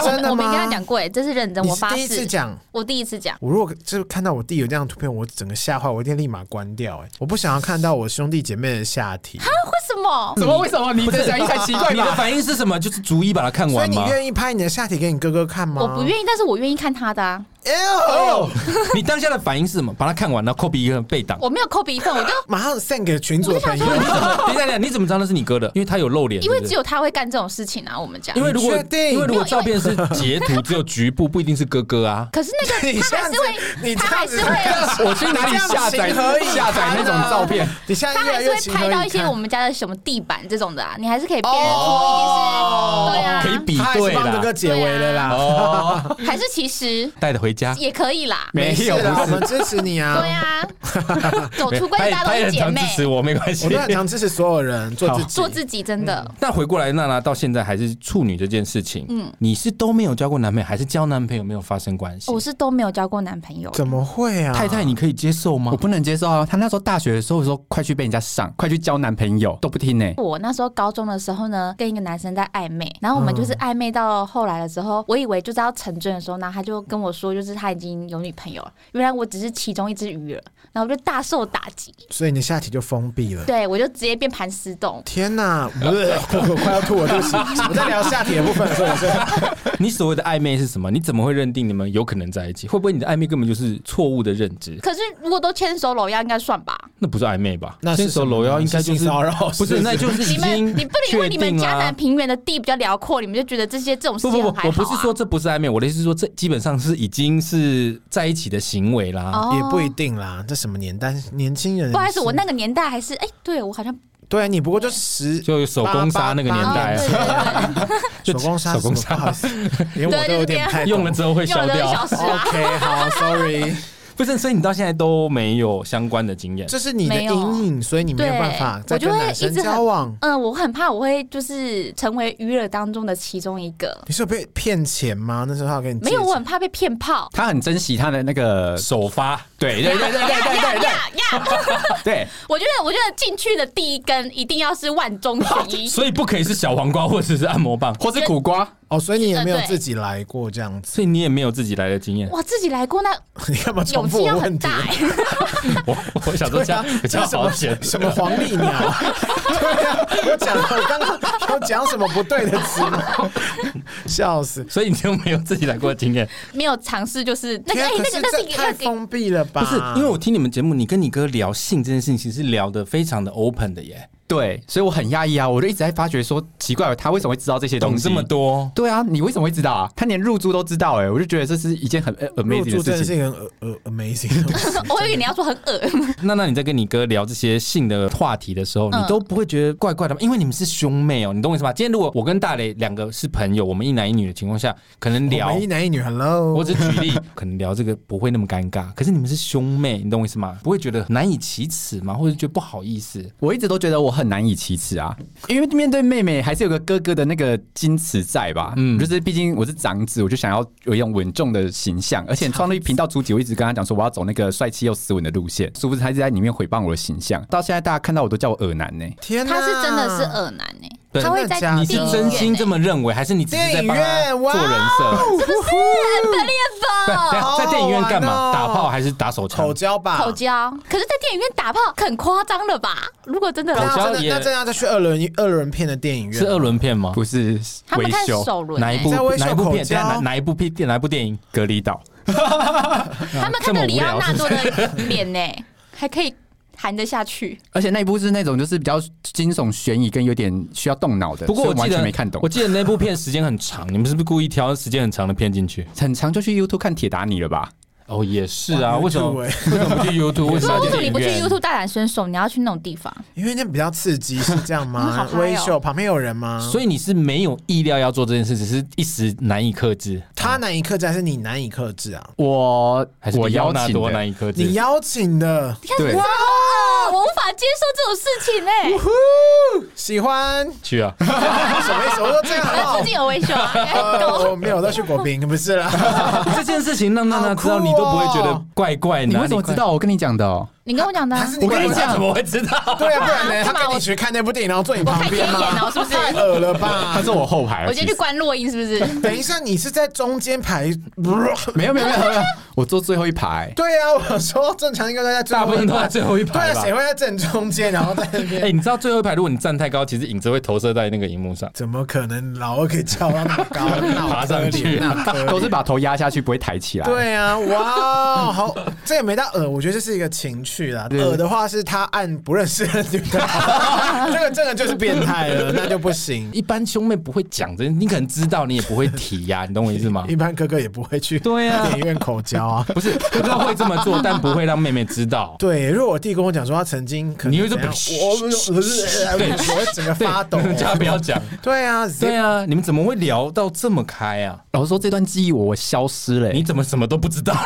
S3: 真的
S5: 我没跟他
S3: 吗？
S5: 讲过，哎，这是认真，
S3: 你
S5: 我
S3: 是
S5: 发
S3: 第一次
S5: 誓，
S3: 讲，
S5: 我第一次讲。
S3: 我如果就是看到我弟有这样的图片，我整个吓坏，我一定立马关掉、哎，我不想要看到我兄弟姐妹的下体。
S5: 为什么？
S4: 怎么？为 什么？你再想一才奇怪
S2: 你的
S4: 吧？
S2: 反应是什么？就是逐一把它看
S3: 所以
S2: 完
S3: 你
S2: 吗？
S3: 愿意拍你的下体给你哥哥看吗？哎
S5: 我不愿意，但是我愿意看他的啊！
S3: Ew。
S2: 你当下的反应是什么？把它看完，然后扣比一个人被挡。
S5: 我没有抠鼻一份，我就
S3: 马上 send 给群主的朋友。
S2: 等一下，等一下，你怎么知道那是你哥的？因为他有露脸，
S5: 因为
S2: 对不对
S5: 只有他会干这种事情啊！我们家
S2: 因，为如果
S3: 你确定
S2: 因为如果照片是截图，只有局部，不一定是哥哥啊。
S5: 可是那
S3: 你
S5: 个
S3: 这
S5: 他
S3: 样
S5: 还
S3: 子
S5: 是会，
S3: 你这
S5: 他还
S3: 样子
S5: 是会，
S2: 我去哪里下载
S3: 你这样情何以堪啊
S2: 下载那种照片？
S3: 你现在
S5: 他
S3: 越
S5: 还
S3: 来
S5: 是
S3: 越
S5: 会
S3: 情何
S5: 拍
S3: 以
S5: 到一些
S3: 堪
S5: 我们家的什么地板这种的啊！你还是可以辨认
S3: 哦
S5: 出 一定是对啊，
S2: 可以比
S3: 他还
S2: 对
S3: 是帮哥哥
S2: 啦。
S3: 解围了啦。
S2: 哦，
S5: 还是其实
S2: 带的回家
S5: 也可以啦。
S2: 没
S3: 事
S2: 有，
S3: 啦，
S2: 不
S3: 我
S2: 是
S3: 们支持你啊。
S5: 对 啊，走
S2: 他
S5: 出柜
S2: 也
S5: 大家
S2: 他
S5: 都
S2: 也
S5: 是
S2: 很
S5: 姐
S2: 常
S5: 妹
S2: 支，持我，没关系
S3: 我都。很常支持所有人做自己，
S5: 做自己真的。
S2: 但回过来，娜娜到现在还是处女这件事情，嗯
S5: 嗯，
S2: 你是都没有交过男朋友，还是交男朋友没有发生关系？
S5: 哦我是都没有交过男朋友，
S3: 怎么会啊？
S2: 太太，你可以接受吗
S4: 我？不能接受啊！他那时候大学的时候说，快去被人家上，快去交男朋友，都不听呢、欸
S5: 我那时候高中的时候呢，跟一个男生在暧昧，然后我们就是
S2: 嗯
S5: 暧昧到后来的时候，我以为就是要成真的时候，然后他就跟我说，就是他已经有女朋友了，原来我只是其中一只鱼了，然后我就大受打击，
S3: 所以你下体就封闭了。
S5: 对我就直接变盘丝洞。
S3: 天哪，不是我 快要吐了，对不起，我在聊下体的部分，所以 我是
S2: 你所谓的暧昧是什么？你怎么会认定你们有可能在一起？会不会你的暧昧根本就是错误的认知？
S5: 可是如果都牵手搂腰，应该算吧？
S2: 那不是暧昧吧？
S3: 那是
S2: 牵手
S3: 什么
S2: 搂腰应该
S3: 是
S2: 就
S3: 性
S2: 是
S3: 骚扰，
S2: 不是？那就是已
S5: 你们
S2: 经
S5: 你不能因为你
S2: 确
S5: 们
S2: 定
S5: 迦
S2: 啦
S5: 南平原的地比较辽阔，你们就觉得这些这种事
S2: 不
S5: 情
S2: 不
S5: 很
S2: 不，
S5: 还
S2: 我
S5: 好、
S2: 不
S5: 啊、
S2: 是说这不是暧昧，我的意思是说这基本上是已经是在一起的行为啦。
S5: 哦
S3: 啊也不一定啦。这什么年代？年轻人
S5: 不好意思，我那个年代还是哎、对我好像
S3: 对啊，你不过就十
S2: 就手工
S3: 八
S2: 杀
S3: 八
S2: 那个年代
S5: 哦
S2: 啊
S5: 对，对对
S2: 就
S3: 手工杀，
S2: 手工
S3: 什么不好
S2: 杀
S3: 意，思，连我都有点不太懂
S2: 用了之后会
S5: 对，用
S2: 消
S5: 了都一
S2: 掉
S5: 小。时啊。
S3: OK，好，Sorry，
S2: 不是，所以你到现在都没有相关的经验。
S3: 这是你的
S5: 没有
S3: 阴影，所以你没有办法再
S5: 对
S3: 跟
S5: 我就会
S3: 男生
S5: 一直很
S3: 交往。
S5: 嗯，我很怕我会就是成为娱乐当中的其中一个。
S3: 你是有被骗钱吗？那时候他有跟你借
S5: 没有，我
S3: 钱
S5: 很怕被骗炮。
S4: 他很珍惜他的那个，
S2: 首发，
S4: 对对对对对对对对
S5: 呀呀！
S4: 对，
S5: 我觉得，我觉得进去的第一根一定要是万中选 一。
S2: 所以不可以是小黄瓜或者是按摩棒，
S4: 或是苦瓜，
S3: 哦，所以你也没有
S5: 呃对
S3: 自己来过这样子。
S2: 所以你也没有自己来的经验。
S5: 哇，自己来过那
S3: 你干嘛重
S5: 勇
S3: 复
S5: 气要
S3: 我
S5: 很
S3: 问题？
S5: 大、欸。
S2: 我我想说这样 比
S3: 这
S2: 较
S3: 是啊什
S2: 好
S3: 么
S2: 险。
S3: 什么黄历鸟？ 对啊，我讲我刚刚我讲什么不对的词吗？笑死！
S2: 所以你就没有自己来过的经验，
S5: 没有尝试，就是那个
S3: 天啊
S5: 哎、
S3: 可
S5: 那
S3: 是
S5: 个那是一
S3: 这
S5: 个
S3: 太
S5: 那个。
S3: 封闭了吧？
S2: 不是？
S5: 啊
S2: 因为我听你们节目，你跟你哥聊性这件事情，其实聊得非常的 open 的耶，
S4: 对，所以我很讶异啊，我就一直在发觉说，奇怪，他为什么会知道这些
S2: 懂
S4: 东西？
S2: 这么？多，
S4: 对啊，你为什么会知道啊？他连入住都知道哎、我就觉得这是一件很呃
S3: 入
S4: amazing
S3: 住真
S4: 的
S3: 的是
S4: 事情。
S3: 一个很呃呃 amazing 的东西
S5: 我以为你要说很恶，
S2: 那那你在跟你哥聊这些性的话题的时候，
S5: 嗯
S2: 你都不会觉得怪怪的吗？因为你们是兄妹哦，你懂我意思吧？今天如果我跟大磊两个是朋友，我们一男一女的情况下，可能
S3: 我
S2: 聊
S3: 们。一男一女，hello，
S2: 我只举例，可能聊这个不会那么尴尬。可是你们是兄妹，你懂我意思吗？不会觉得难以启齿吗？或者觉得不好意思？
S4: 我一直都觉得我很难以启齿啊，因为面对妹妹还是有个哥哥的那个矜持在吧。
S2: 嗯
S4: 嗯，就是毕竟我是长子，我就想要有一种稳重的形象。而且创立频道初期，我一直跟他讲说我要走那个帅气又斯文的路线，殊不知他一直在里面毁谤我的形象。到现在大家看到我都叫我耳男呢、
S3: 天哪，
S5: 他是真的是恶男哎、
S2: 对
S5: 他会在
S3: 啊真的假的
S2: 你是
S5: 电影院
S2: 真心
S5: 欸
S2: 这么认为，还是你只是在帮他
S3: 电影院哇
S2: 做人设？
S5: 是不是很不
S2: 对，等
S5: 烈
S2: 一
S5: 风？
S2: 下在电影院干
S3: 好好玩
S2: 嘛？
S3: 哦
S2: 打炮还是打手枪
S3: 口？交吧？
S5: 口交，可是，在电影院打炮很夸张了吧？如果真的
S3: 那
S2: 口
S3: 要
S2: 交
S3: 真的
S2: 也
S3: 那真的要再去二轮二轮片的电影院，
S2: 是二轮片吗？
S4: 不是
S5: 他们
S4: 维
S5: 看
S4: 修
S5: 首轮、
S2: 哪
S5: 欸
S2: 一，部
S3: 在微笑
S2: 哪一部
S3: 口
S2: 片？
S3: 交
S2: 等一下哪哪一部片？哪一部电影？
S4: 隔离岛。
S5: 他们
S2: 这么
S5: 看着
S2: 无
S5: 里
S2: 聊
S5: 奥纳
S2: 是不
S5: 多
S2: 是
S5: 的脸呢、还可以含得下去。
S4: 而且那一部是那种就是比较惊悚悬疑跟有点需要动脑的，
S2: 不过
S4: 所
S2: 我
S4: 以完
S2: 记得
S4: 全没看懂
S2: 我。记得那部片时间很长，你们是不是故意挑时间很长的片进去？
S4: 很长就去 YouTube 看铁达尼了吧？
S2: 哦，也是
S3: 哇
S2: 啊，为什么
S3: YouTube
S2: 为
S3: 欸
S2: 什么不去 YouTube？为什
S5: 对啊，
S2: 么
S5: 为什么
S2: 去
S5: 你不去
S2: 电影院
S5: YouTube 大展身手？你要去那种地方？
S3: 因为那比较刺激，是这 样
S5: 嗯好
S3: 吗
S5: 嗨？哦
S3: 微秀旁边有人吗？
S2: 所以你是没有意料要做这件事，只是一时难以克制，
S3: 他难以克制，还是你难以克制啊？
S4: 我
S2: 还是
S4: 我
S2: 比
S4: 邀
S2: 姚纳
S4: 请
S2: 多
S4: 的
S2: 难以克制？
S3: 你邀请的，
S4: 对，
S5: 啊，我无法接受这种事情哎、欸！
S3: 喜欢
S2: 去 啊？
S3: 什么意思？我说这样
S5: 我
S3: 好
S5: 最近。有微笑啊，
S3: 呃，我没有，我都去国宾，不是啦。
S2: 这件事情让娜娜知道，
S3: 好酷哦
S2: 你都不会觉得怪怪的。
S4: 你为什么知？道我跟你讲的、哦？
S5: 你跟我讲的啊、
S3: 还是
S2: 我
S3: 你
S2: 跟你
S3: 干
S2: 讲，
S3: 嘛
S2: 怎么会知道？
S3: 对啊，不然呢？他
S5: 干嘛
S3: 跟
S5: 我
S3: 你去看那部电影，然后坐你旁
S5: 太
S3: 边
S5: 天眼
S3: 吗？
S5: 了，是不是？
S3: 太恶了吧！
S4: 他是我后排啊，
S5: 我
S4: 其
S5: 先去
S4: 实
S5: 关洛音，是不是？
S3: 等一下，你是在中间排？
S4: 没有没有没有没有，我坐最后一排。
S3: 对啊，我说正常应该都在最
S2: 大部
S3: 后一
S2: 分都在
S3: 排，
S2: 最后一
S3: 对
S2: 排
S3: 啊，
S2: 吧
S3: 谁。会在正中间，然后在那
S2: 哎、
S3: 边？
S2: 你知道最后一排，如果你站太高，其实影子会投射在那个荧幕上。
S3: 怎么可能老二可以翘到那么高，
S2: 爬上去
S3: 那好可怜
S4: 都是把头压下去，不会抬起来。，
S3: 对啊，哇，好，这也没到耳，我觉得这是一个情趣啦。
S4: 对
S3: 耳的话是他按不认识的女 的，这个这个就是变态了，那就不行。
S2: 一般兄妹不会讲这，你可能知道，你也不会提 呀、你懂我意思吗
S3: 一？般哥哥也不会去
S2: 对啊
S3: 电影院口交啊。
S2: 不是，哥哥会这么做，但不会让妹妹知道。
S3: 对，如果我弟跟我讲说他曾经可能
S2: 你会
S3: 怎
S2: 说
S3: 样，我我我会整个发抖。
S2: 对 叫他不要讲。
S3: 对啊，
S2: 对啊，你们怎么会聊到这么开啊？
S4: 老实说，这段记忆我我消失了欸、
S2: 你怎么什么都不知道啦？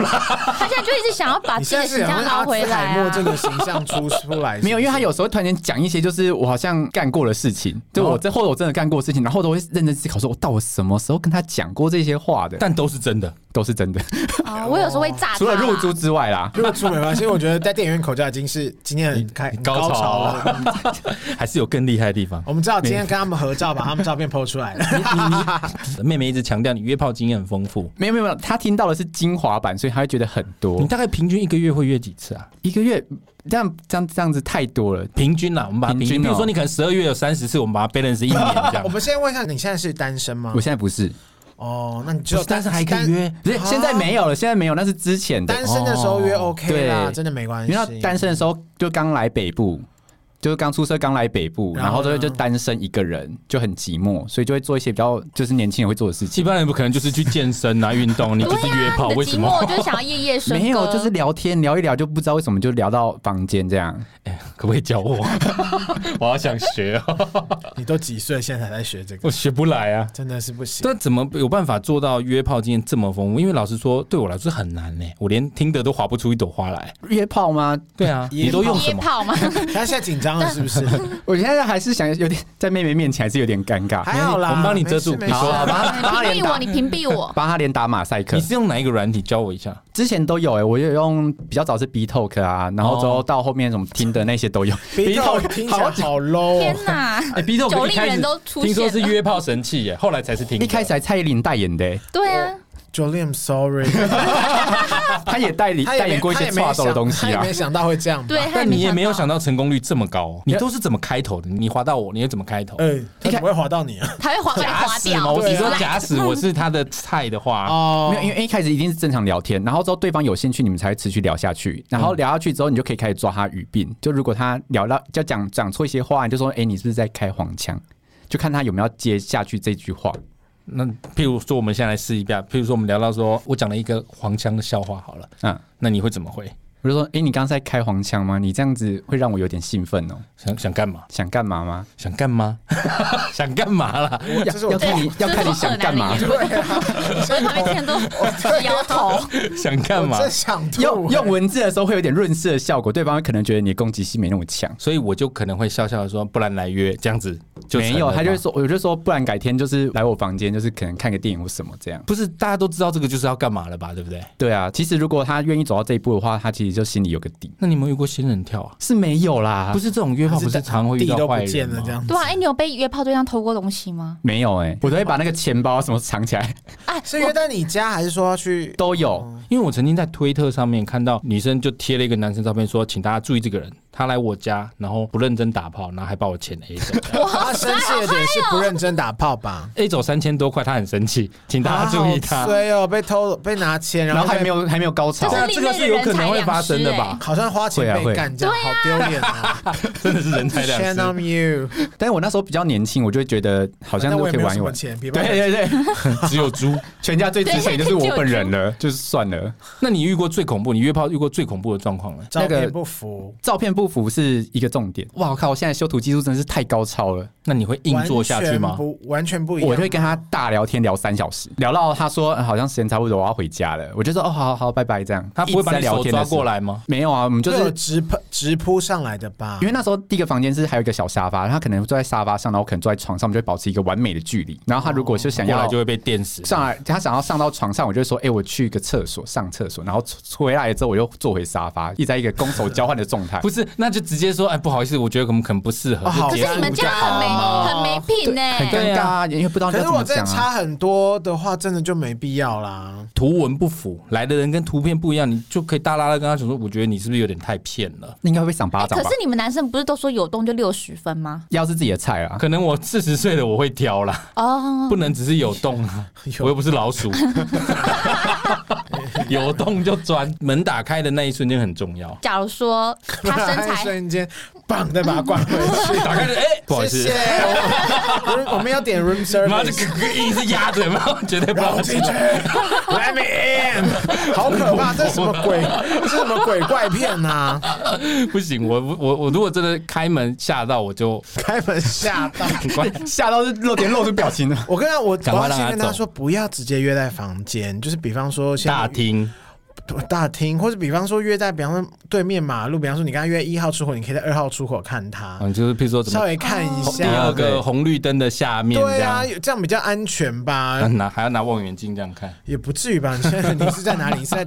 S5: 他现在就一直想要把
S3: 你
S5: 自己
S3: 现在
S5: 的形
S3: 是好
S5: 象
S3: 像
S5: 拉
S3: 阿
S5: 回
S3: 兹
S5: 来
S3: 海默
S5: 啊！
S3: 症的形象出出来，
S4: 没有，因为他
S3: 是不
S4: 有时候突然间讲一些，就是我好像干过的事情，对我这或者我真的干过的事情，然后我会认真思考，说我哦到底什么时候跟他讲过这些话的，但
S2: 但都是真的。
S4: 都是真的，
S5: 哦我有时候会炸他啦，
S4: 除了入珠之外啦
S3: 是。入住没关系，我觉得在电影院口交已经是今天很开很
S2: 高
S3: 高
S2: 潮
S3: 潮
S2: 啊
S3: 了。
S2: 还是有更厉害的地方。
S3: 我们知道今天跟他们合照，把他们照片剖出来了。
S2: 妹妹一直强调你约炮经验很丰富，
S4: 没有没有没有，他听到的是精华版，所以他会觉得很
S2: 你
S4: 多。
S2: 大概平均一个月会约几次啊？
S4: 一个月这样这样这样子太多了，
S2: 平均啊啦，我们把它平
S4: 平均
S2: 均，
S4: 哦
S2: 比如说你可能十二月有三十次，我们把它 balance 一年这 样
S3: 我。们先问一下，你现在是单身吗
S4: 我？现在不是，
S3: 哦，那你只有
S2: 不是单身还可以约
S4: 不是
S3: 啊
S4: 现在没有了，现在没有，那是之前的哦
S3: 单。身的时候约 OK 啦，
S4: 对
S3: 真的没关系
S4: 你知道。单身的时候就刚来北部，就是刚出社刚来北部，
S3: 然
S4: 然
S3: 后
S4: 后
S3: 呢
S4: 就就单身一个人就很寂寞，所以就会做一些比较就是年轻人会做的事
S2: 一
S4: 情。
S2: 般人不可能就是去健身啊、运动，啊你就是约 炮，
S5: 啊你的
S2: 为
S5: 寂
S2: 什么
S5: 寞？就是想要夜夜笙歌，
S4: 没有，就是聊天聊一聊就不知道为什么就聊到房间这样。
S2: 哎可不可以教我？ 我好想学哦，
S3: 你都几岁，现在才在学这个，
S2: 我学不来啊。
S3: 真的是不行。
S2: 但怎么有办法做到约炮经验这么丰富？因为老实说，对我来说很难呢、我连听得都划不出一朵花来。
S4: 约炮吗？
S2: 对啊，
S3: 约炮
S2: 你都用什
S5: 夜
S2: 么？
S5: 炮嘛。
S3: 他现在紧张了是不是？
S4: 我现在还是想有点在妹妹面前还是有点尴尬，
S3: 还好啦，
S2: 我们帮你遮住
S3: 没事没事
S2: 你说
S4: 好吧
S5: 你屏蔽我，你屏蔽我。
S4: 帮她连打马赛克
S2: 你。是用哪一个软体教我一下？
S4: 之前都有哎、我有用比较早是 B Talk 啊，然后之后到后面什么听的那些都有。
S3: 鼻头听起来好 low
S5: 天
S3: 哦。
S5: 哪！
S2: 哎、逼着
S5: 九
S2: 我一
S5: 令
S2: 开始
S5: 人都出
S2: 听说是
S5: 现了，
S2: 约炮神器耶、后来才是听的。
S4: 一开始还蔡依林代言的、欸，
S5: 对啊，
S3: Jolene，sorry，
S4: 她也代理
S3: 他也
S4: 代
S3: 没
S4: 言过一
S3: 他
S4: 些
S3: 也没
S4: 跨州的
S3: 想
S4: 东西
S3: 他也
S4: 啊
S3: 没。想到会这样吧。
S5: 对，他
S2: 但你也没有
S5: 想
S2: 想到成功率这么高、哦，你都是怎么开头的？你划到我，你又怎么开头？
S3: 嗯，他不会划到你啊。
S5: 到，他会滑把你滑掉。
S2: 我
S5: 对
S2: 你
S5: 啊
S2: 说 假使我是他的菜的话，
S3: 哦
S4: 没有，因为一开始一定是正常聊天，然后之后对方有兴趣，你们才会持续聊下
S3: 嗯
S4: 去。然后聊下去之后，你就可以开始抓他语病。就如果他聊到就讲讲错一些话，你就说：“哎、你是不是在开黄腔？”就看他有没有接下去这句话。
S2: 那譬如说我们现在来试一下，譬如说我们聊到说我讲了一个黄腔的笑话好了，
S4: 嗯，
S2: 那你会怎么回？
S4: 我就说：“哎、你刚刚在开黄腔吗？你这样子会让我有点兴奋哦，
S2: 想想干嘛？
S4: 想干 嘛吗？
S2: 想干嘛？ 想干嘛啦？
S3: 这是
S4: 要
S3: 我
S4: 要看你要看你想 干嘛。
S5: 对所以旁边听人都摇头。
S2: 想干嘛
S3: 我？真想吐。
S4: 用用文字的时候会有点润色的效果，对方可能觉得你的攻击性没那么强。”
S2: 所以我就可能会笑笑的说，不然来约这样子就
S4: 没有，他就
S2: 会
S4: 会说，我就说，不然改天就是来我房间，就是可能看个电影或什么这样。
S2: 不是大家都知道这个就是要干嘛了吧？对不对？
S4: 对啊，其实如果他愿意走到这一步的话，他其实就心里有个底。
S2: 那你们有遇过仙人跳啊？
S4: 是没有啦，
S2: 不
S4: 是
S2: 是这种约炮，不是常会遇
S3: 地
S2: 到
S3: 都
S2: 坏
S3: 不
S2: 人哦
S3: 见了
S2: 吗
S3: 这？样。
S5: 对啊，哎，你有被约炮对象偷过东西吗？
S4: 没有哎、我都会把那个钱包什么藏起来，
S5: 哎，
S3: 是约在你家，还是说要去？
S4: 都有。
S3: 哦
S2: 因为我曾经在推特上面看到女生就贴了一个男生照片，说请大家注意这个人，他来我家，然后不认真打炮，然后还把我钱 A 走
S3: 他生气的点是不认真打炮吧？
S2: ，A 走三千多块，他很生气，请大家注意
S3: 啊
S2: 他
S3: 好。衰哦，被偷被拿钱，
S4: 然后还
S3: 被
S4: 没。有还没有高潮
S5: 这，
S2: 对啊，
S5: 另
S2: 这个
S5: 类
S2: 是
S5: 的
S2: 有
S5: 人
S2: 可能
S5: 才
S2: 会
S5: 两
S2: 发
S5: 失
S2: 生的
S5: 欸
S2: 吧？
S3: 好像花钱
S4: 会啊
S3: 被
S4: 会
S3: 干这样，好丢脸哦
S2: 真的是人才两
S3: ！Shame
S2: 失。
S3: on you，
S4: 但是我那时候比较年轻，我就会觉得好
S3: 反
S4: 像
S3: 正
S4: 就
S3: 我
S4: 可
S3: 也没
S4: 以
S3: 有
S4: 玩
S3: 什
S4: 一
S3: 么
S4: 玩。
S3: 钱，比方
S4: 对对 对，
S2: 只有猪。
S4: 全家最值钱就是我本人 了，就是算了。
S2: 那你遇过最恐怖？你约炮遇过最恐怖的状况呢？
S3: 照
S4: 那
S3: 片
S4: 个
S3: 不符，
S4: 照片不符是一个重点。哇靠！现在修图技术真的是太高超了，
S2: 那你会硬做下去
S3: 完全
S2: 吗？
S3: 不，完全不一样。啊
S4: 我就会跟他大聊天聊三小时，聊到他说、呃好像时间差不多，我要回家了。我就说哦，好好好，拜拜这样。
S2: 他不会把
S4: 一
S2: 你
S4: 直在聊
S2: 手
S4: 天的
S2: 抓
S4: 时候
S2: 过？来吗？
S4: 啊没有啊，我们就
S3: 就是是直扑直扑上来的吧，
S4: 因为那时候第一个房间是还有一个小沙发，他可能坐在沙发上，然后我可能坐在床上，我们就会保持一个完美的距离。然后他如果就想
S2: 过
S4: 要
S2: 来就会被电死。
S4: 上来，他想要上到床上，我就会说：“哎、我去一个厕所上厕所。”然后回来之后，我又坐回沙发，一直在一个攻守交换的状态。
S2: 不是，那就直接说，哎，不好意思，我觉得我们可能不适合。
S3: 哦好
S5: 可
S2: 就结
S5: 是你
S2: 束
S5: 们这样很没很没品哎呢、
S4: 很尴尬啊，因为不知道
S3: 可
S4: 要
S3: 是
S4: 怎
S3: 我
S4: 么
S3: 再
S4: 讲啊。
S3: 差很多的话，真的就没必要啦。
S2: 图文不符，来的人跟图片不一样，你就可以大拉拉跟他讲说，我觉得你是不是有点太骗了？
S4: 那应该会被赏巴
S5: 哎
S4: 掌
S5: 可
S4: 吧？
S5: 是你们男生不是都说有动就六十分吗？
S4: 要是自己的菜啊，
S2: 可能我四十岁了，我会挑啦，
S5: 哦，
S2: 不能只是有洞啊，我又不是老鼠，有洞就钻。门打开的那一瞬间很重要，
S5: 假如说他
S3: 然
S5: 身
S3: 后一
S5: 材
S3: 瞬间，棒，再把它关回去。
S2: 打开的哎，不好意
S3: 谢
S2: 思
S3: 谢，， 我我们要点 room
S2: 然后就
S3: service。
S2: 硬是压着，然后绝对不
S3: 让
S2: 好
S3: 我
S2: 吃
S3: 进。去，Let me in，好可怕！这是什么鬼？这是什么鬼怪片呐、啊？
S2: 不行，我我我如果真的开门吓到，我就
S3: 开门吓到！
S4: 吓到是露脸露出表情了。
S3: 我跟他，我我
S2: 赶快
S3: 要
S2: 让他
S3: 先跟他
S2: 走
S3: 说，不要直接约在房间，就是比方说先
S2: 大厅。
S3: 大厅，或者比方说约在，比方说对面马路，比方说你跟他约一号出口，你可以在二号出口看他，
S2: 嗯，就是譬如说怎
S3: 稍
S2: 么
S3: 微看一
S2: 哦第二
S3: 下。
S2: 个红绿灯的下面这
S3: 对
S2: 样
S3: 啊，，有这样比较安全吧
S2: 啊， 拿还要拿望远镜这样看。
S3: 也不至于吧？你现在你是在哪里？你是在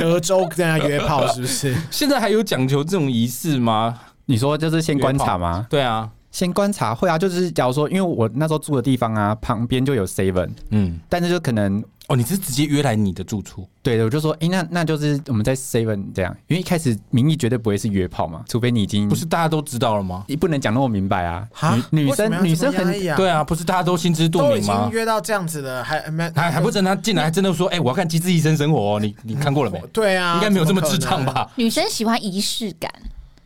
S3: 德州跟人家约炮是不是？
S2: 现在还有讲求这种仪式吗？
S4: 你说就是先观察吗？
S2: 对啊，
S4: 先观察会啊，就是假如说，因为我那时候住的地方啊，旁边就有 seven，
S2: 嗯，
S4: 但是就可能
S2: 哦，你是直接约来你的住处，
S4: 对的，我就说，诶，那那就是我们在 seven 这样，因为一开始名义绝对不会是约炮嘛，除非你已经
S2: 不是大家都知道了吗？
S4: 你不能讲那么明白啊
S3: 哈。
S4: 女女
S3: 为什么
S4: 生
S3: 要
S4: 女
S3: 这
S4: 生
S3: 么压
S4: 很
S3: 抑啊，
S2: 对啊，不是大家都心知肚
S3: 都已
S2: 明
S3: 经
S2: 吗？
S3: 约到这样子了，还没
S2: 还还不等他进来，还真的说，哎，我要看《机智医生生活》哦，你你看过了没？
S3: 对啊，
S2: 应该没有这么
S3: 怎
S2: 智
S3: 可
S2: 障
S3: 能？
S2: 吧？
S5: 女生喜欢仪式感，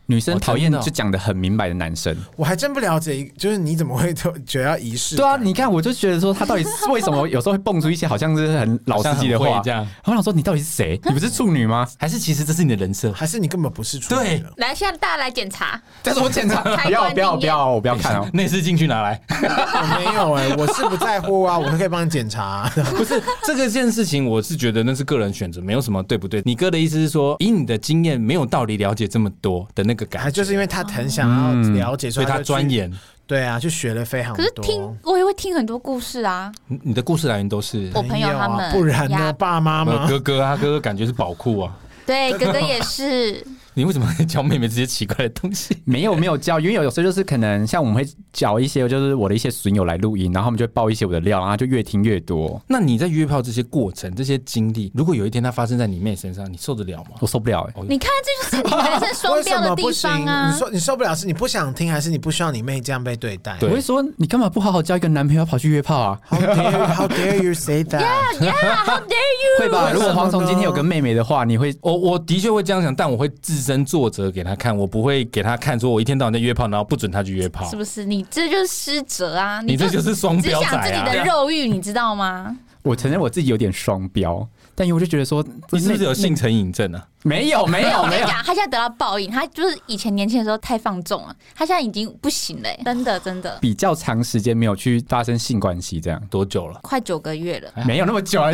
S4: 女生讨厌
S2: 哦真的哦
S4: 就讲的很明白的男生。
S3: 我还真不了解，就是你怎么会都觉得要仪式
S4: 对
S3: 感？
S4: 啊，你看，我就觉得说他到底是为什么有时候会蹦出一些好像是很老司机 的
S2: 好像很
S4: 话
S2: 会这样。
S4: 我想说你到底是谁？你不是处女吗？
S2: 还是其实这是你的人设？
S3: 还是你根本不是处
S2: 对。
S3: 女了？
S5: 来，现在大家来检查，
S4: 但是我检查，
S5: 开
S4: 不要
S5: 关
S4: 不要
S5: 经验
S4: 不要，我不要看哦
S2: 内视镜去拿来？
S3: 我没有哎、我是不在乎啊，我可以帮你检查啊、
S2: 不是这个件事情，我是觉得那是个人选择，没有什么对不对。你哥的意思是说，以你的经验，没有道理了解这么多的那个感
S3: 还
S2: 觉，
S3: 就是因为他很想要了解，
S2: 所以
S4: 嗯
S3: 他
S2: 他
S3: 就去
S2: 钻。研。
S3: 对啊，就学了非常
S5: 可是
S3: 多。
S5: 听我也会听很多故事啊。
S2: 你你的故事来源都是
S5: 我朋友他
S3: 没有
S5: 们
S3: 啊不然呢？
S5: 呀
S3: 爸妈
S2: 我
S3: 吗？
S2: 哥哥啊，哥哥感觉是宝库啊。
S5: 对，哥哥也是，
S2: 你为什么 会教妹妹这些奇怪的东西？
S4: 没有没有教，因为有时候就是可能像我们会找一些就是我的一些损友来录音，然后他们就会爆一些我的料，然后就越听越多，
S2: 那你在约炮这些过程、这些经历，如果有一天它发生在你妹身上，你受得了吗？
S4: 我受不了哎、
S5: 你看这就是你们男生双
S3: 为什
S5: 标的
S3: 么
S5: 地
S3: 不行
S5: 方？啊
S3: 你。说你受不了是你不想听，还是你不希望你妹这样被对待？
S2: 对
S4: 我会说你干嘛不好好交一个男朋友跑去约炮啊？
S3: ，How dare How dare you say that？
S5: Yeah, how dare
S4: 会吧？如果黄总今天有个妹妹的话，你会
S2: 我我的确会这样想，但我会自身作则给她看，我不会给她看说我一天到晚在约炮，然后不准她去约炮
S5: you？是。不是？你这就是失责啊！
S2: 你这就是双
S5: 只
S2: 标仔
S5: 想自己
S2: 啊！
S5: 的肉欲，你知道吗？
S4: 我承认我自己有点双标，但因为我就觉得说
S2: 你是不是有
S4: 那
S2: 性成瘾症啊？
S4: 没有 没有
S5: 我
S4: 没
S5: 跟你
S4: 有，
S5: 讲，他现在得到报应，他就是以前年轻的时候太放纵了，他现在已经不行了、真的真的，
S4: 比较长时间没有去发生性关系，这样
S2: 多久了？
S5: 快九个月了。
S4: 没有那么久啊。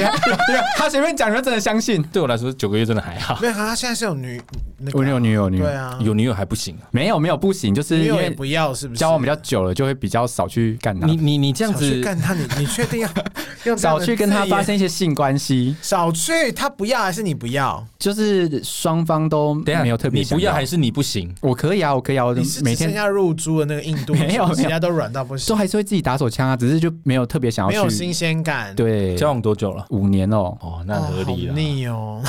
S4: 他随便讲就真的相 信。
S2: 对我来说，九个月真的还好。
S3: 没有，他现在是有女，那个
S4: 我有女友女友
S3: 对，啊，
S2: 有女友还不行啊？
S4: 没有没有不行，就是
S3: 女
S4: 因
S3: 友也
S4: 为
S3: 不要，是不是？
S4: 交往比较久了，就会比较少去干他
S2: 你，你你这
S3: 少
S2: 样
S3: 去
S2: 子，
S3: 干他，你你确定要用这样
S4: 少
S3: 的
S4: 去跟他
S3: 字眼
S4: 发生一些性关系，
S3: 少去，他不要还是你不要？
S4: 就是双方都
S2: 等一下
S4: 没有特别
S2: 你不
S4: 想
S2: 要还是你不行？
S4: 我可以啊，我可以啊，我
S3: 你是
S4: 每
S3: 只剩
S4: 天
S3: 下入猪的那个硬度，
S4: 没有没有
S3: 其他都软到不
S4: 都
S3: 行，
S4: 还是会自己打手枪啊，只是就没有特别想
S3: 没有
S4: 要
S3: 新
S4: 去
S3: 鲜感。
S4: 对
S2: 交往多久了？
S4: 五年哦，
S2: 哦，
S3: 哦，
S2: 那合理了
S3: 好。腻哦，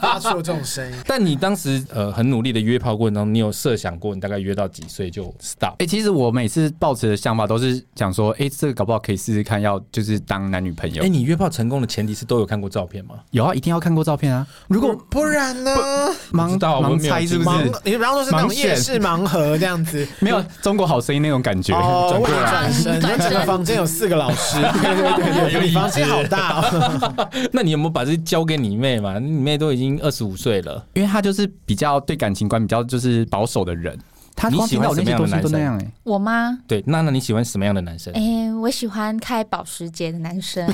S3: 发出了这种声音。
S2: 但你当时呃很努力的约炮过程当中，你有设想过你大概约到几岁就 stop？
S4: 哎、其实我每次抱持的想法都是想说，哎、这个搞不好可以试试看，要就是当男女朋友。
S2: 哎、你约炮成功的前提是都有看过照片吗？
S4: 有啊，一定要看过照片啊。如果
S3: 不然呢？
S2: 不知
S4: 盲
S2: 道我
S4: 盲
S2: 们没有
S4: 猜是不
S2: 经
S4: 是
S3: 盲，你比方说是那种夜市盲盒这样子。
S4: 没有中国好声音那种感觉？
S3: 哦，为了转身，
S5: 转身
S3: 整个房间有四个老师，对对对对，你房间好大哦。
S2: 那你有没有把这交给你妹嘛？你妹都已经经二十五岁了，
S4: 因为他就是比较对感情观比较就是保守的人，他
S2: 你
S4: 光
S2: 喜
S4: 听到
S2: 欢
S4: 我
S2: 什
S4: 那
S2: 么样
S4: 些
S2: 的
S4: 东西
S2: 男
S4: 都那
S2: 生
S4: 样哎、
S5: 我吗？
S2: 对，娜娜你喜欢什么样的男生？
S5: 哎、我喜欢开保时捷的男生，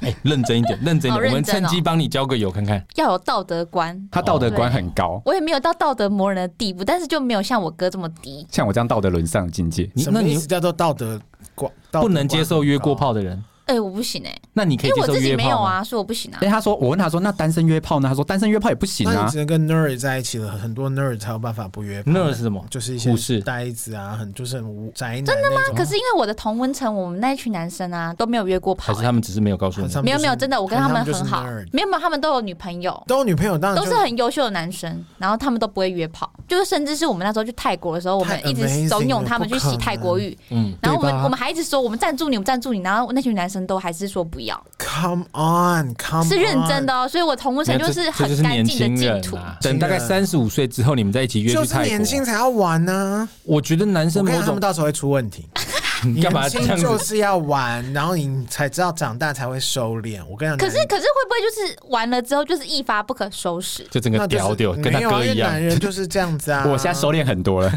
S2: 哎，认真一点，认真一
S5: 好
S2: 点，我们
S5: 认真
S2: 趁
S5: 哦
S2: 机帮你交个友看看。
S5: 要有道德观。
S4: 他道德观很高，
S5: 我也没有到道德磨人的地步，但是就没有像我哥这么低。
S4: 像我这样道德沦丧的境界。
S2: 你
S3: 什
S2: 那
S3: 么
S2: 你
S3: 意思叫做道德观？道德观
S2: 不能接受约过
S3: 很高，
S2: 炮的人，
S5: 哎、我不行哎、
S2: 那你可以
S5: 因
S2: 接
S5: 为我
S2: 受
S5: 自己
S2: 约
S5: 没有
S2: 炮吗？
S5: 啊，所以我不行啊
S4: 哎、。他说，我问他说，那单身约炮呢？他说，单身约炮也不行
S3: 那
S4: 啊
S3: 你只。能跟 nerd 在一起了，很多 nerd 才有办法不约炮。
S2: 那是什么？
S3: 就是一
S2: 护士
S3: 些呆子啊，很就是很无宅男真的吗？
S5: 可是因为我的同温层，我们那一群男生啊都没有约过炮
S2: 还是
S5: 欸、
S2: 他们只是没有告诉你？
S5: 没有没有，真的，我跟他们
S3: 就是
S5: 很好
S3: nerd，
S5: 没有没有，他们都有女朋友，
S3: 都有女朋友，当然
S5: 都
S3: 就是
S5: 很优秀的男生，然后他们都不会约炮，就是甚至是我们那时候去泰国的时候，我
S3: 太
S5: 们一直
S3: amazing
S5: 怂恿
S3: 了
S5: 他们
S3: 不
S5: 去
S3: 可
S5: 洗
S3: 能
S5: 泰国浴，
S2: 嗯，
S5: 然后我
S4: 对吧
S5: 们我们还一直说我们赞助你，我们赞助你，然后那群男生都还是说不要，
S3: come on come on，
S5: 是认真的哦，所以我同温层
S2: 没有
S5: 就
S2: 这这就
S5: 很
S2: 是
S5: 干
S2: 年
S5: 净
S2: 轻
S5: 的净
S2: 人
S5: 土，
S2: 啊。等大概三十五岁之后，你们再一起约
S3: 就
S2: 去
S3: 是
S2: 泰
S3: 年轻
S2: 国。
S3: 才要玩呢、
S2: 我觉得男
S3: 我
S2: 生
S3: 跟你
S2: 某
S3: 讲他
S2: 种
S3: 们到时候会出问题。
S2: 你干嘛这
S3: 年
S2: 样
S3: 轻就
S2: 子？
S3: 是要玩，然后你才知道长大才会收敛。我跟你讲，
S5: 可是
S3: 男
S5: 可是会不会就是完了之后就是一发不可收拾？
S2: 就整
S3: 那
S2: 个
S3: 就是
S2: 屌屌，跟他
S3: 没有啊
S2: 哥
S3: 因
S2: 一
S3: 为
S2: 样
S3: 男。人就是这样 子啊。
S4: 我现在收敛很多了，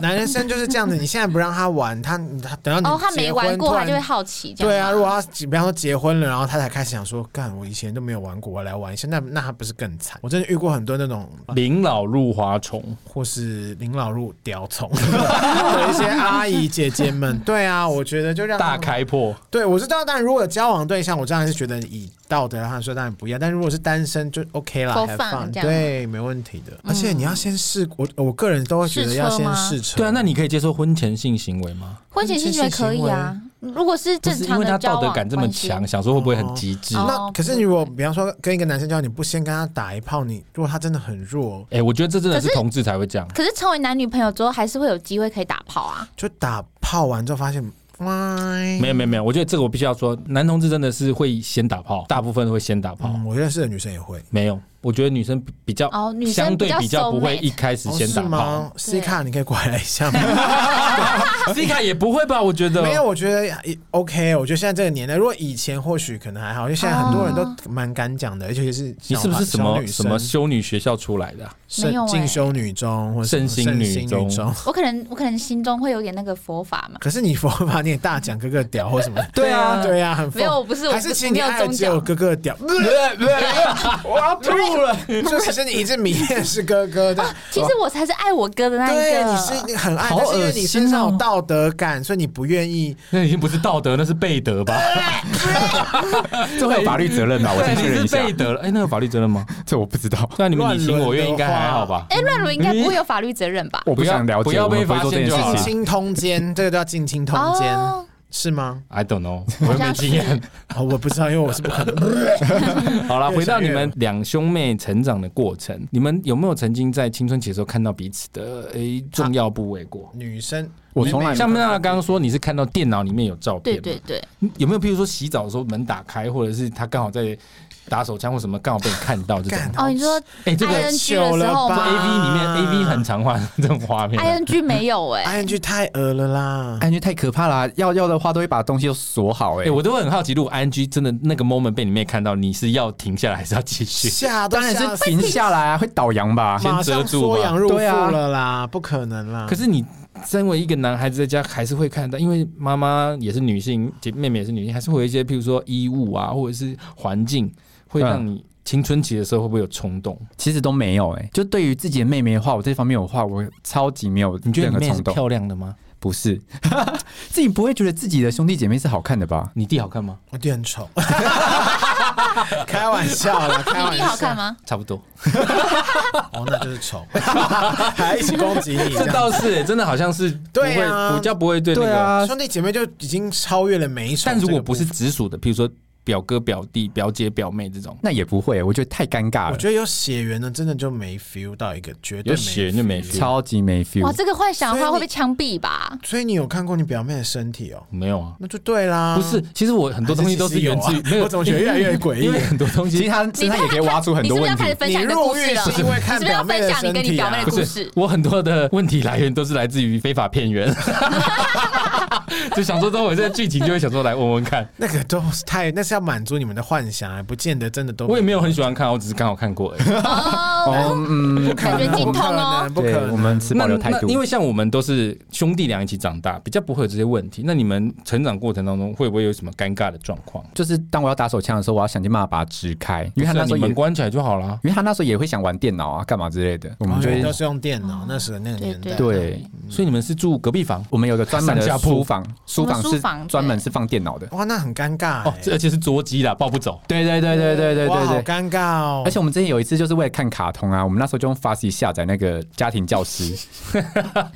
S3: 男人生就是这样子，你现在不让他玩，他他等到你
S5: 哦，他
S3: 结
S5: 没
S3: 婚
S5: 玩过，
S3: 突
S5: 他
S3: 然
S5: 就会好奇这样。
S3: 对啊，如果他比方说结婚了，然后他才开始想说，干，我以前都没有玩过，我来玩一下，那那他不是更惨？我真的遇过很多那种，
S2: 临老入花丛，
S5: 嗯
S3: 或是临老入屌虫的一 些阿姨姐姐们。对啊，我觉得就让他
S2: 大。
S3: 们
S2: 开破。
S3: 对，我知道，但如果有交往对象，我当然是觉得以道德上说当然不一样，但如果是单身就 OK 啦，
S5: For
S3: 还
S5: fun，
S3: 放
S5: 这样嗯
S3: 对，没问题的。而且你要先试，我我个人都会觉得要先试
S5: 试
S3: 车。
S2: 对啊，那你可以接受婚前性行为吗？
S5: 婚前性行为可以啊，如果是
S2: 不
S5: 正
S2: 是因
S5: 常
S2: 为他
S5: 的
S2: 道
S5: 交
S2: 德
S5: 往
S2: 感这么
S5: 关系
S2: 强，想说会不会很极致？
S5: 哦
S3: 那可是你如果比方说跟一个男生交往，你不先跟他打一炮，你如果他真的很弱，
S2: 哎，我觉得这真的是
S5: 可是
S2: 同志才会这样。
S5: 可是成为男女朋友之后，还是会有机会可以打炮啊。
S3: 就打炮完之后发现，哎
S5: 嗯
S2: 没有没有没有，我觉得这个我必须要说，男同志真的是会先打炮，大部分会先打炮。
S3: 嗯，我认识的女生也会。
S2: 没有，我觉得女生比比较
S5: 哦女生
S2: 相对比
S5: 比较欸
S2: 较不会
S5: soulmate
S2: 一开始先打
S3: 哦是
S2: 炮。
S3: 吗？C 卡，你可以过来一下吗？
S2: C 卡也不会吧？ 我觉得
S3: 没有，我觉得也 OK。我觉得现在这个年代，如果以前或许可能还好，因为现在很多人
S5: 哦
S3: 都蛮敢讲的，而且是
S2: 你
S3: 小
S2: 是不是什么
S3: 小女
S2: 什
S3: 生
S2: 么修女学校出来的啊、
S5: 没
S3: 圣
S5: 有欸
S3: 进修女中或者什么
S2: 圣心
S3: 圣
S2: 女
S3: 心
S2: 中
S3: 女中？
S5: 我可能我可能心中会有点那个佛法嘛，
S3: 可是你佛法你也大讲哥哥屌或什么？
S2: 对啊
S3: 对啊，很
S5: 没有，
S3: 疯
S5: 我不是我
S3: 还
S5: 不
S3: 是其
S5: 我
S3: 实你
S5: 没有
S3: 爱的
S5: 宗
S3: 只有
S5: 教，
S3: 哥 哥屌，我要吐了。 就其实你一直迷恋是哥 哥的，
S5: 啊其实我才是爱我哥的那一
S3: 对，
S5: 个。
S3: 你是你很爱，
S2: 好
S3: 但是因为
S2: 恶
S3: 你
S2: 心
S3: 身上
S2: 哦
S3: 有道德感，所以你不愿意。
S2: 那已经不是道德，那是背德 吧？
S4: 这会有法律责任
S2: 啊
S4: 吧？我先确认一下
S2: 对，你是背德了。哎、那有法律责任吗？
S4: 这我不知道，
S2: 那你们你情我愿
S3: 乱伦的
S2: 应该还好吧？
S5: 哎，乱伦应该不会有法律责任吧？
S4: 我不想了解，
S2: 不要
S4: 我们
S2: 被发
S4: 会做这
S2: 现
S4: 件
S2: 就好了
S3: 近
S4: 事情。
S3: 亲通奸，这个叫近亲通奸，
S5: 哦
S3: 是吗？
S2: I don't know，我又没经验。
S3: 哦，我不知道，因为我是不可能。
S2: 好啦，
S3: 越
S2: 回到
S3: 想
S2: 你
S3: 越
S2: 们两兄妹成长的过程，你们有没有曾经在青春期的时候看到彼此的诶、重要部位过？
S3: 女生，
S4: 我从
S3: 哎
S4: 来没有
S2: 像娜娜刚刚说，你是看到电脑里面有照片
S5: 对
S2: 嘛，
S5: 对对，
S2: 有没有？譬如说洗澡的时候门打开，或者是他刚好在打手枪或什么，刚好被你看到这种。
S3: 干
S5: 哦，你说
S2: 哎、这个
S5: I N G 的
S3: 久
S5: 时
S3: 了
S2: 做
S5: 候吗
S3: 吧
S2: A V 里面
S3: 啊
S2: A V 很常画这种画面啊。
S5: ？I N G 没有哎，
S3: ，ING 太恶了啦。
S4: 感觉哎太可怕啦！要要的话，都会把东西都锁好、
S2: 哎、
S4: 哎、
S2: 我都会很好奇，如果 I N G 真的那个 moment 被你妹看到，你是要停下来还是要继续？
S3: 吓都
S4: 当然
S3: 吓
S4: 是
S3: 死，
S4: 停下来啊，会倒洋吧？
S2: 先
S3: 马
S2: 遮
S3: 上
S2: 住吧
S3: 缩阳入腹
S4: 对啊
S3: 了啦，不可能啦。
S2: 可是你身为一个男孩子在家，还是会看到，因为妈妈也是女性，姐妹妹也是女性，还是会有一些譬如说衣物啊，或者是环境，会让你青春期的时候会不会有冲动？
S4: 其实都没有、哎，就对于自己的妹妹的话，我这方面有话，我超级没有
S2: 你觉得
S4: 任
S2: 你
S4: 何
S2: 妹是
S4: 冲动。
S2: 漂亮的吗？
S4: 不是，自己不会觉得自己的兄弟姐妹是好看的吧？
S2: 你弟好看吗？
S3: 我弟很丑， 开玩笑 啦，开
S5: 你
S3: 玩
S5: 弟
S3: 笑。
S5: 好看？吗？
S2: 差不多，
S3: 哦，那就是丑， 还一起攻击你这
S2: 这
S3: 样。
S2: 倒是、真的好像是不会
S3: 对啊
S2: 比较不会对啊那个。
S3: 兄弟姐妹就已经超越了美丑这
S2: 但
S3: 个部分，
S2: 如果不是直属的，譬如说表哥、表弟、表姐、表妹这种，
S4: 那也不会，我觉得太尴尬
S3: 我
S4: 了，
S3: 觉得有血缘的，真的就没 feel 到一个绝对
S2: 有
S3: 没
S2: 血就没
S3: feel
S2: 血，
S4: 超级没
S5: 哇，
S4: feel。
S5: 这个幻想的
S3: 所以你
S5: 话会被枪毙吧？
S3: 所以你有看过你表妹的身体哦？
S2: 没有啊。
S3: 那就对啦。
S2: 不是，其实我很多东西都是源自于
S3: 还是其
S2: 没
S3: 实有啊
S2: 有，
S3: 我怎么觉得越来越诡异
S2: 因为很多东
S4: 其
S2: 西
S4: 实他身上也可以挖出很
S5: 你是
S4: 多
S5: 不
S4: 问
S5: 是要开
S4: 题
S5: 始。分享你的故事了？
S3: 你入狱是因为看
S5: 你是不是要分享你跟你
S3: 表
S5: 表妹
S3: 妹的身体啊
S5: 的
S2: 不
S5: 故
S2: 是
S5: 事？
S2: 我很多的问题来源都是来自于非法片源， 就想说，等我这个剧情就会想说来问问 看。
S3: 那个都是太，那是要满足你们的幻想，啊不见得真的都。
S2: 我也没有很喜欢看，我只是刚好看 过而已。
S5: 哦，
S4: 哦，嗯，
S5: 感觉
S3: 不
S5: 镜
S3: 可
S5: 头哦
S3: 能，不可
S4: 对，
S3: 能。
S4: 我们持
S2: 那
S4: 保留态
S2: 那
S4: 度，
S2: 因为像我们都是兄弟俩一起长大，比较不会有这些问题。那你们成长过程当中会不会有什么尴尬的状况？
S4: 就是当我要打手枪的时候，我要想尽办法把它支开，因为他
S2: 不是啊
S4: 那时候
S2: 你
S4: 也，
S2: 门
S4: 因
S2: 关起来就好啦。
S4: 为他那时候也会想玩电脑啊，干嘛之类的，我们
S3: 我
S4: 就
S3: 们
S4: 会
S3: 都是用电脑，那时候那个年代。
S5: 对
S4: 对。
S2: 所以你们是住隔壁房
S4: 我们有个专门的
S2: 上下铺
S4: 书房，书房
S5: 书
S4: 是
S5: 房对
S4: 专门是放电脑的。
S3: 哇，那很尴尬
S2: 哦
S3: 欸，
S2: 这而且是桌机啦，抱不走。
S4: 对 对对对对对
S3: 哇，好
S4: 对对。
S3: 尴尬哦。
S4: 而且我们之前有一次就是为了看卡通啊，我们那时候就用 Fast 下载那个家庭教师，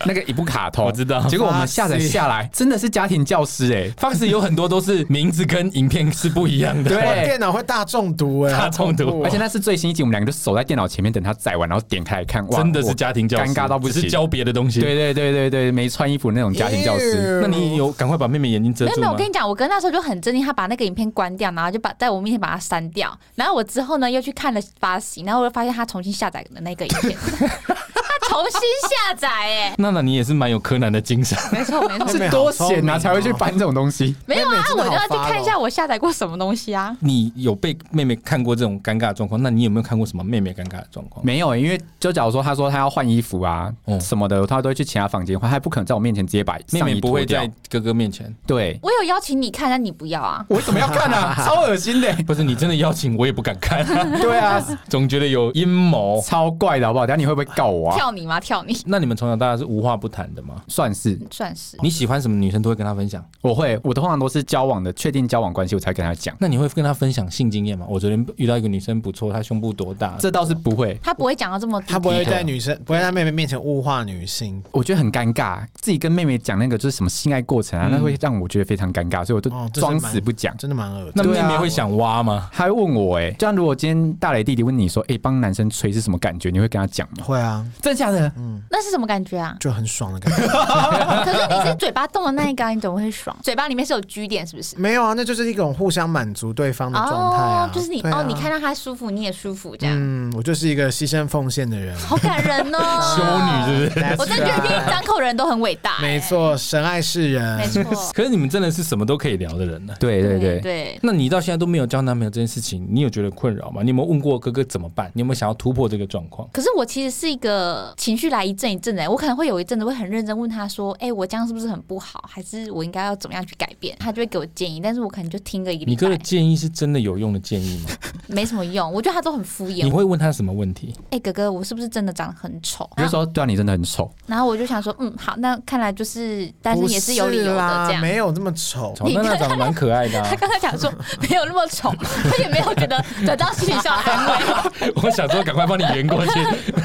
S4: 那个一部卡通，
S2: 我知道
S4: 结果我们下载下来，真的是家庭教师哎、
S2: Fox 有很多都是名字跟影片是不一样的。
S4: 对
S3: 哇电脑会大中毒哎，
S2: 大
S3: 好恐
S2: 中毒
S3: 怖哦
S4: 而且那是最新一集，我们两个就守在电脑前面等它载完，然后点开来看，哇，
S2: 真的是
S4: 我
S2: 家庭教师，
S4: 尴尬到不
S2: 只是
S4: 行。
S2: 教别的东西。
S4: 对，对对对对，没穿衣服那种家庭教师，
S2: 那你有赶快把妹妹眼睛遮
S5: 没有
S2: 住
S5: 没有，
S2: 吗
S5: 我？跟你讲，我哥那时候就很震惊，他把那个影片关掉，然后就把在我面前把它删掉。然后我之后呢，又去看了发行，然后我就发现他重新下载的那个影片， 他重新下载哎、
S2: 娜娜，你也是蛮有柯南的精神。
S5: 没错没错，
S4: 是多闲啊才会去
S3: 妹妹好聪明哦
S4: 翻这种东西。
S5: 没有
S3: 妹
S5: 啊
S3: 妹，真的
S5: 我
S3: 好
S5: 就要去
S3: 发
S5: 看一
S3: 哦
S5: 下我下载过什么东西啊。
S2: 你有被妹妹看过这种尴尬的状况？那你有没有看过什么妹妹尴尬的状况？
S4: 没有、因为就假如说他说他要换衣服啊、
S2: 嗯
S4: 什么的，他都会去其他房间换，他也不可能在我面前直接把
S2: 妹
S4: 上
S2: 妹
S4: 衣
S2: 不
S4: 脱
S2: 会
S4: 掉
S2: 在哥哥面前，
S4: 对。
S5: 我有邀请你看，但你不要啊。
S4: 我为什么要看啊？超恶心的、
S2: 不是你真的邀请我也不敢看，
S4: 对啊，
S2: 总觉得有阴谋。
S4: 超怪的好不好？等下你会不会告我啊？
S5: 跳你吗？跳你
S2: 那你们从小到大是无话不谈的吗？
S4: 算是，
S5: 算是
S2: 你喜欢什么女生都会跟她分享，
S4: 我会，我通常都是交往的，确定交往关系我才跟他讲，
S2: 那你会跟她分享性经验吗？我昨天遇到一个女生不错，她胸部多大？
S4: 这倒是不会。
S5: 他不会讲到这么低
S3: 他不会在女生不会在妹妹面前物化女性，
S4: 我觉得很尴尬，自己跟妹妹讲那个就是什么性爱过程啊，那会让我觉得非常尴尬，所以我都
S3: 嗯哦这是
S4: 装
S3: 蛮
S4: 死不讲。
S3: 真的蛮恶心。
S2: 那妹
S4: 对啊
S2: 妹会想挖吗？
S4: 他还问我、欸，哎，这样如果今天大雷弟弟问你说，哎、帮男生吹是什么感觉？你会跟他讲吗？嗯
S3: 会啊，？
S4: 真假的？
S5: 那是什么感觉啊
S3: 就很爽的感 觉。
S5: 可是你是嘴巴动的那一个啊，你怎么会爽？ 嘴巴里面是有 G 点，是不是？
S3: 没有啊，那就是一种互相满足对方的状态啊
S5: 哦，。就是你
S3: 对啊
S5: 哦，你看到他舒服，你也舒服，这样
S3: 嗯，我就是一个牺牲奉献的人。
S5: 好感人哦。
S2: 修女是不是？
S5: 我真的觉
S3: That's
S5: 得第一
S3: right
S5: 张口人都很伟大，
S3: 没错，神爱世人。
S5: 哎，没错，
S2: 可是你们真的是什么都可以聊的人呢、
S4: 对对对，
S5: 对，
S2: 那你到现在都没有交男朋友这件事情，你有觉得困扰吗？你有没有问过哥哥怎么办？你有没有想要突破这个状况？
S5: 可是我其实是一个情绪来一阵一阵的欸，我可能会有一阵子会很认真问他说：“哎、我这样是不是很不好？还是我应该要怎么样去改变？”他就会给我建议，但是我可能就听个一个
S2: 你
S5: 礼
S2: 哥的
S5: 拜，
S2: 建议是真的有用的建议吗？
S5: 没什么用。我觉得他都很敷
S2: 你
S5: 衍。
S2: 会问他什么问 题？
S5: 哎、哥哥，我是不是真的长得很丑？
S4: 我
S5: 然
S4: 就
S5: 后，
S4: 说，对啊，你真的很丑。
S5: 然后我就想说，嗯，好，那看来就是，但是
S3: 不
S5: 也是有理由的
S3: 啦
S5: 这样。
S3: 没有这么丑。
S2: 草娜娜长得蛮可爱的、啊
S5: 他，刚才讲说没有那么丑，他也没有觉得得到心理上的安慰。
S2: 我想说赶快帮你圆过 去，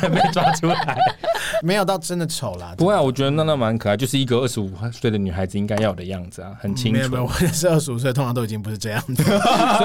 S2: 被抓出来。
S3: 没有到真的丑啦，
S2: 不会啊，我觉得娜娜蛮可爱，就是一个二十五岁的女孩子应该要有的样子啊，很清
S3: 没有
S2: 楚
S3: 没。 有，我也是二十五岁，通常都已经不是这样子，
S2: 所以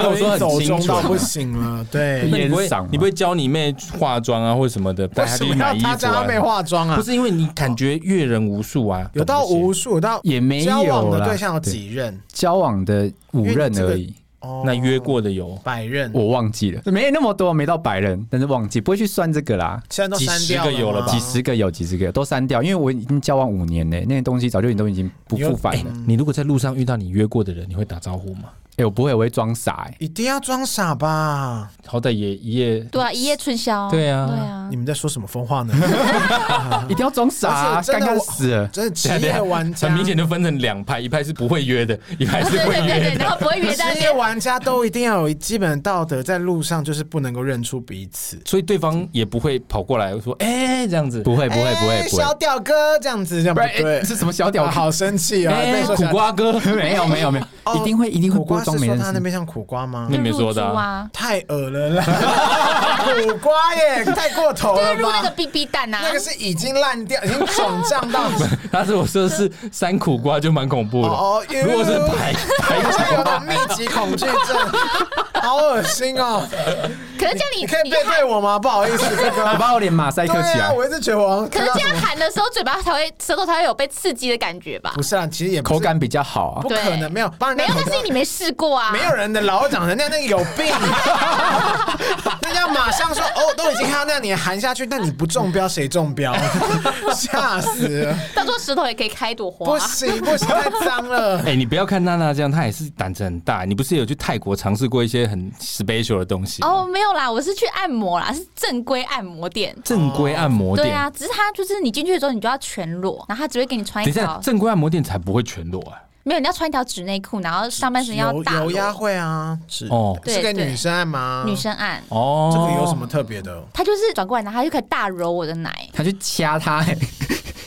S2: 我 说
S3: 走
S2: 很清
S3: 中
S2: 楚啊
S3: 到。不行了。对，
S2: 那你不会
S4: 烟嗓嘛
S2: 你不会教你妹化妆啊，或者什么的，带
S3: 为
S2: 她
S3: 什
S2: 去
S3: 么
S2: 买
S3: 要
S2: 衣服
S3: 他
S2: 啊？
S3: 教他妹化妆啊
S2: 不？是因为你感觉阅人无数啊，
S3: 有到
S2: 懂这些
S3: 无数，有到
S4: 也没有
S3: 交
S4: 啦
S3: 往的对象有几任？
S4: 交往的五任而已，
S3: 哦
S2: 那约过的有。
S3: 百任，
S4: 我忘记了，没那么多，没到百人，但是忘记不会去算这个啦。
S3: 现在都删掉
S2: 几十个有了
S3: 吗
S2: 吧
S4: 几十个有几十个都删掉，因为我已经交往五年呢，那些东西早就已经都已经不复返了。哎、
S3: 嗯
S2: 你如果在路上遇到你约过的人，你会打招呼吗？
S4: 我不会，我会装傻哎、
S3: 一定要装傻吧？
S5: 嗯
S2: 好歹也一夜
S5: 对啊，一夜春宵。
S2: 对啊
S5: 对啊
S3: 你。们在说什么 疯话呢？
S4: 一定要装傻、啊，
S3: 哎而且真
S4: 尴
S3: 的
S4: 尬
S3: 我
S4: 死了。
S3: 真的职业玩家，
S2: 很明显就分成两派，一派是不会约 的，一派
S5: 对
S2: 是
S5: 对
S2: 会
S5: 对对
S2: 约
S5: 对，
S2: 的。
S5: 然后不会约在
S3: 职
S5: 那
S3: 业
S5: 边
S3: 玩家都一定要有基本道德，在路上就是不能够认出彼此。
S2: 所以对方也不会跑过来说：“哎、这样子。”
S4: 不会，不会，
S3: 哎
S4: 不会，不
S3: 小
S4: 会。
S3: 屌哥这样子，这样不
S4: 哎
S3: 对。
S4: 是什么小屌
S3: 啊
S4: 号？
S3: 好生气啊！
S2: 哎、
S3: 被说
S2: 苦
S3: 小
S2: 瓜哥，
S4: 没有，没有，没有，
S3: 哦
S4: 一定会，一定会
S3: 苦
S4: 不
S3: 瓜是
S4: 会装没
S3: 说
S4: 认
S3: 他那
S4: 识。
S3: 边像苦瓜吗
S2: 妹？妹
S5: 入
S2: 说
S5: 住
S2: 的啊
S5: 啊，
S3: 太恶了啦，苦瓜耶，太过头
S5: 就是
S3: 了
S5: 入那个
S3: 吧？
S5: BB 蛋啊
S3: 那，个是已经烂掉，已经肿胀 到
S2: 他如果说是三苦瓜就蛮恐怖的。
S3: 哦，
S2: 如果是
S3: 哟
S2: 排排
S3: 好像有点密集恐惧症。好恶心哦！
S5: 可是这样你
S3: 你可以
S5: 你
S3: 背
S5: 就喊，
S3: 对我吗？不好意思， 哥
S4: 我
S3: 哥。
S4: 把我脸马赛克起
S3: 对啊，
S4: 来。
S3: 我一直觉得我好像
S5: 可
S3: 看到
S5: 是这
S3: 什
S5: 样
S3: 么。
S5: 喊的时候，嘴巴才会舌头才会有被刺激的感觉吧
S3: 不？是啊，其实也不是
S4: 口感比较好啊
S3: 不，可
S5: 对
S3: 能没有帮人
S5: 没
S3: 家
S5: 有，
S3: 口
S5: 但
S3: 罩
S5: 是你没试过啊。
S3: 没有人的老长成那样，那个有病。 人家马上说哦，都已经看到那样，你还含下去，那你不中标谁中标？ 吓死了！
S5: 当做石头也可以开一朵花。
S3: 不行不行，太脏 了。
S2: 哎、你不要看娜娜这样，她也是胆子很大。你不是也有去泰国尝试过一些很 special 的东西？
S5: 哦，没有啦，我是去按摩啦，是正规按摩店。
S2: 正规按摩
S5: 对
S2: 店。
S5: 啊，只是它就是你进去的时候，你就要全裸，然后他只会给你穿
S2: 等一
S5: 一
S2: 下，
S5: 条，
S2: 正规按摩店才不会全裸啊！
S5: 没有，你要穿一条纸内裤，然后上半身要
S3: 有
S5: 大
S3: 有
S5: 裸
S3: 压会啊，是
S2: 哦
S3: 是给
S5: 对对
S3: 女生按吗？
S5: 女生按，
S2: 哦，
S3: 这个有什么特别的？
S5: 他就是转过来，然后他就可以大揉我的奶。
S4: 他去掐他、 欸